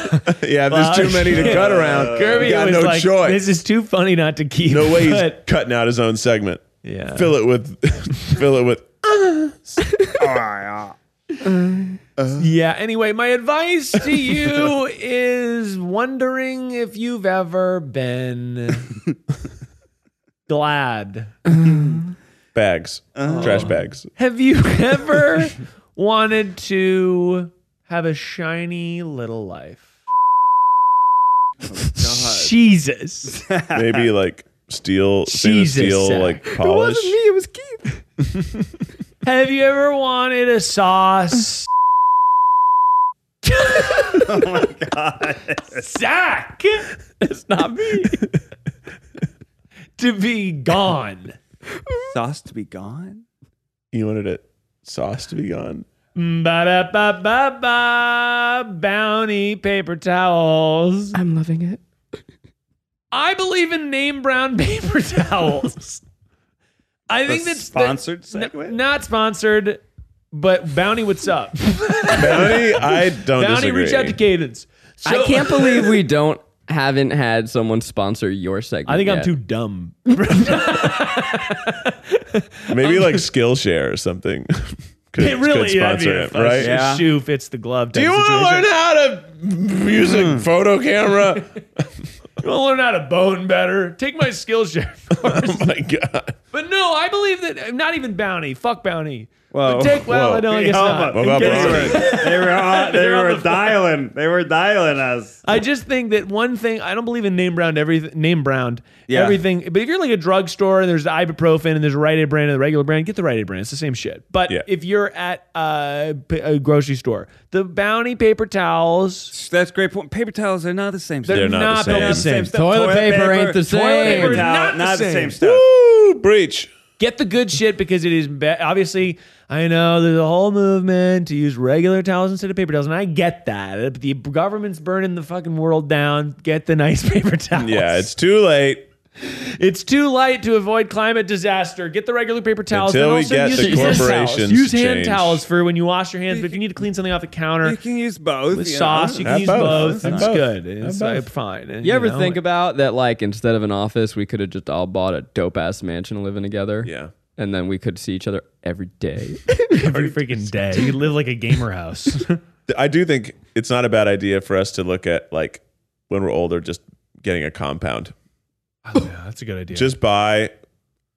Speaker 2: Yeah, there's too many to cut around.
Speaker 7: Uh, Kirby
Speaker 2: You got
Speaker 7: was
Speaker 2: no
Speaker 7: like,
Speaker 2: choice.
Speaker 7: "This is too funny not to keep."
Speaker 2: no way he's
Speaker 7: but-
Speaker 2: cutting out his own segment.
Speaker 7: Yeah.
Speaker 2: Fill it with, fill it with.
Speaker 7: Yeah. Anyway, my advice to you is wondering if you've ever been glad.
Speaker 2: bags,
Speaker 7: Oh.
Speaker 2: trash bags.
Speaker 7: Have you ever wanted to have a shiny little life? Jesus.
Speaker 2: Maybe like steel, stainless
Speaker 7: Jesus,
Speaker 2: steel,
Speaker 7: Zach.
Speaker 2: like polish.
Speaker 3: it was Keith.
Speaker 7: Have you ever wanted a sauce? oh my God. Zach! It's not me. to be gone.
Speaker 4: Sauce to be gone.
Speaker 2: You wanted it sauce to be gone.
Speaker 7: Ba da ba ba ba. Bounty paper towels.
Speaker 3: I'm loving it.
Speaker 7: I believe in name brand paper towels. I think that's the-
Speaker 4: sponsored
Speaker 7: n-
Speaker 4: segment?
Speaker 7: not sponsored, but Bounty, what's up?
Speaker 2: Bounty, I don't
Speaker 7: Bounty,
Speaker 2: disagree.
Speaker 7: reach out to Cadence. So-
Speaker 3: I can't believe we don't haven't had someone sponsor your segment.
Speaker 7: I think I'm
Speaker 3: yet.
Speaker 7: too dumb.
Speaker 2: Maybe like Skillshare or something. could,
Speaker 7: It really
Speaker 2: could sponsor
Speaker 7: yeah,
Speaker 2: it, right?
Speaker 4: Yeah.
Speaker 7: The shoe fits the glove.
Speaker 2: Do you want to learn how to use a photo camera?
Speaker 7: You want to learn how to bone better? Take my Skillshare.
Speaker 2: oh my god!
Speaker 7: but no, I believe that uh, not even Bounty. Fuck Bounty.
Speaker 4: Whoa.
Speaker 7: But take well.
Speaker 2: Whoa.
Speaker 7: No, I guess not.
Speaker 2: What about Bounty?
Speaker 4: They were on, they
Speaker 7: They're on
Speaker 4: were
Speaker 7: the phone.
Speaker 4: dialing. They were dialing us.
Speaker 7: I just think that one thing I don't believe in name brand everything name brand
Speaker 4: Yeah.
Speaker 7: everything. But if you're like a drugstore and there's ibuprofen and there's a Rite Aid brand and the regular brand, get the Rite Aid brand. It's the same shit. But
Speaker 2: Yeah.
Speaker 7: if you're at uh, p- a grocery store, the Bounty paper towels,
Speaker 4: That's a great point. Paper towels are not the same.
Speaker 7: they're,
Speaker 2: They're not the
Speaker 7: built
Speaker 2: same.
Speaker 7: stuff.
Speaker 3: Toilet paper ain't the
Speaker 7: Toilet
Speaker 3: same.
Speaker 7: paper
Speaker 4: Paper
Speaker 7: is
Speaker 4: towel,
Speaker 7: not, the same.
Speaker 4: stuff.
Speaker 2: Woo, breach.
Speaker 7: Get the good shit because it is be- obviously. I know there's a whole movement to use regular towels instead of paper towels, and I get that. The government's burning the fucking world down. Get the nice paper towels.
Speaker 2: Yeah, it's too late
Speaker 7: It's too light to avoid climate disaster. Get the regular paper towels.
Speaker 2: Until
Speaker 7: and
Speaker 2: we
Speaker 7: also
Speaker 2: get
Speaker 7: use
Speaker 2: the
Speaker 7: hand towels.
Speaker 2: corporations
Speaker 7: Use
Speaker 2: to
Speaker 7: hand
Speaker 2: change.
Speaker 7: towels for when you wash your hands. But if you need to clean something off the counter
Speaker 4: You can use both.
Speaker 7: with
Speaker 4: you know?
Speaker 7: sauce, you can
Speaker 2: Have
Speaker 7: use
Speaker 2: both.
Speaker 7: both.
Speaker 2: Have
Speaker 7: It's
Speaker 2: both.
Speaker 7: good. It's
Speaker 2: Have
Speaker 7: uh,
Speaker 2: both.
Speaker 7: fine. And,
Speaker 3: You ever
Speaker 7: know,
Speaker 3: think about that? Like instead of an office, we could have just all bought a dope ass mansion living together.
Speaker 2: Yeah.
Speaker 3: and then we could see each other every day.
Speaker 7: every freaking day? You live like a gamer house. Oh,
Speaker 2: I do think it's not a bad idea for us to look at like when we're older, just getting a compound.
Speaker 7: that's a good idea.
Speaker 2: Just buy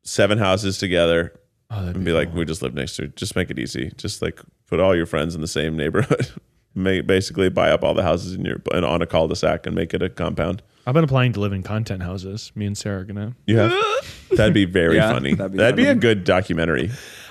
Speaker 2: seven houses together
Speaker 7: Oh,
Speaker 2: and be like, we just live next to. Just make it easy. Just like put all your friends in the same neighborhood. make, basically, buy up all the houses in your and on a cul-de-sac and make it a compound.
Speaker 7: I've been applying to live in content houses. Me and Sarah are gonna.
Speaker 2: You have. That'd be very
Speaker 4: Yeah,
Speaker 2: funny.
Speaker 4: that'd
Speaker 2: That'd
Speaker 4: be
Speaker 2: be,
Speaker 4: funny.
Speaker 2: a good documentary.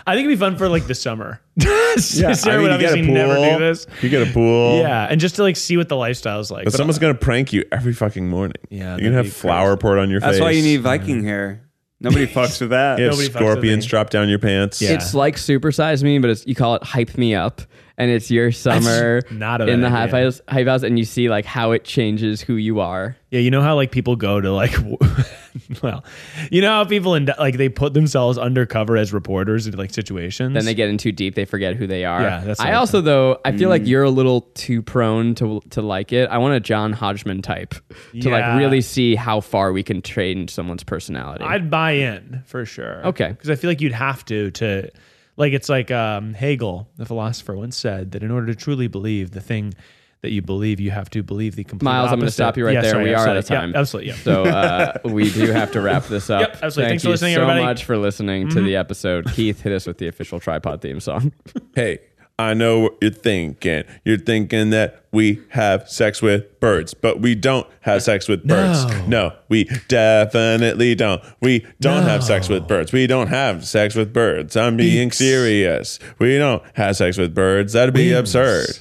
Speaker 7: I think it'd be fun for like the summer.
Speaker 2: Yeah, I
Speaker 7: Sarah
Speaker 2: mean,
Speaker 7: would
Speaker 2: you get a
Speaker 7: obviously
Speaker 2: pool.
Speaker 7: never do this.
Speaker 2: You get a pool.
Speaker 7: Yeah, and just to like see what the lifestyle's like.
Speaker 2: But
Speaker 7: But
Speaker 2: someone's gonna prank you every fucking morning.
Speaker 7: Yeah,
Speaker 2: you're gonna
Speaker 7: that'd
Speaker 2: have
Speaker 7: be
Speaker 2: flour
Speaker 7: crazy.
Speaker 2: poured on your
Speaker 4: That's
Speaker 2: face.
Speaker 4: why you need Viking hair. Nobody fucks with that.
Speaker 2: You have
Speaker 7: Nobody fucks with
Speaker 2: scorpions
Speaker 7: me.
Speaker 2: drop down your pants.
Speaker 7: Yeah.
Speaker 3: It's like supersize me, but it's you call it hype me up, and it's your summer
Speaker 7: not a
Speaker 3: in the
Speaker 7: bad
Speaker 3: hype
Speaker 7: idea.
Speaker 3: house, hype house, and you see like how it changes who you are.
Speaker 7: Yeah, you know how like people go to like, well, you know how people and like they put themselves undercover as reporters in like situations.
Speaker 3: Then they get in too deep, they forget who they are.
Speaker 7: Yeah, that's what
Speaker 3: I
Speaker 7: I'm
Speaker 3: also though I feel like you're a little too prone to to like it. I want a John Hodgman type to
Speaker 7: Yeah.
Speaker 3: like really see how far we can change someone's personality.
Speaker 7: I'd buy in for sure.
Speaker 3: Okay.
Speaker 7: because I feel like you'd have to to like it's like um, Hegel, the philosopher, once said that in order to truly believe the thing that you believe, you have to believe the complete.
Speaker 3: Miles, I'm going to
Speaker 7: opposite.
Speaker 3: stop you right
Speaker 7: Yeah,
Speaker 3: there.
Speaker 7: sorry,
Speaker 3: we
Speaker 7: I'm
Speaker 3: are
Speaker 7: sorry.
Speaker 3: out of
Speaker 7: Yeah,
Speaker 3: time.
Speaker 7: absolutely. Yeah.
Speaker 3: So uh, we do have to wrap this up.
Speaker 7: Yep, absolutely.
Speaker 3: Thank
Speaker 7: Thanks for
Speaker 3: you
Speaker 7: listening,
Speaker 3: so
Speaker 7: everybody. Mm-hmm.
Speaker 3: much for listening to the episode. Keith, hit us with the official tripod theme song.
Speaker 2: Hey, I know what you're thinking. You're thinking that we have sex with birds, but we don't have sex with birds. No, we definitely don't. We don't have sex with birds. We don't have sex with birds. I'm being serious. We don't have sex with birds. That'd be absurd.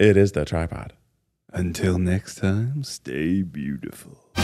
Speaker 2: It is the tripod.
Speaker 4: Until next time, stay beautiful.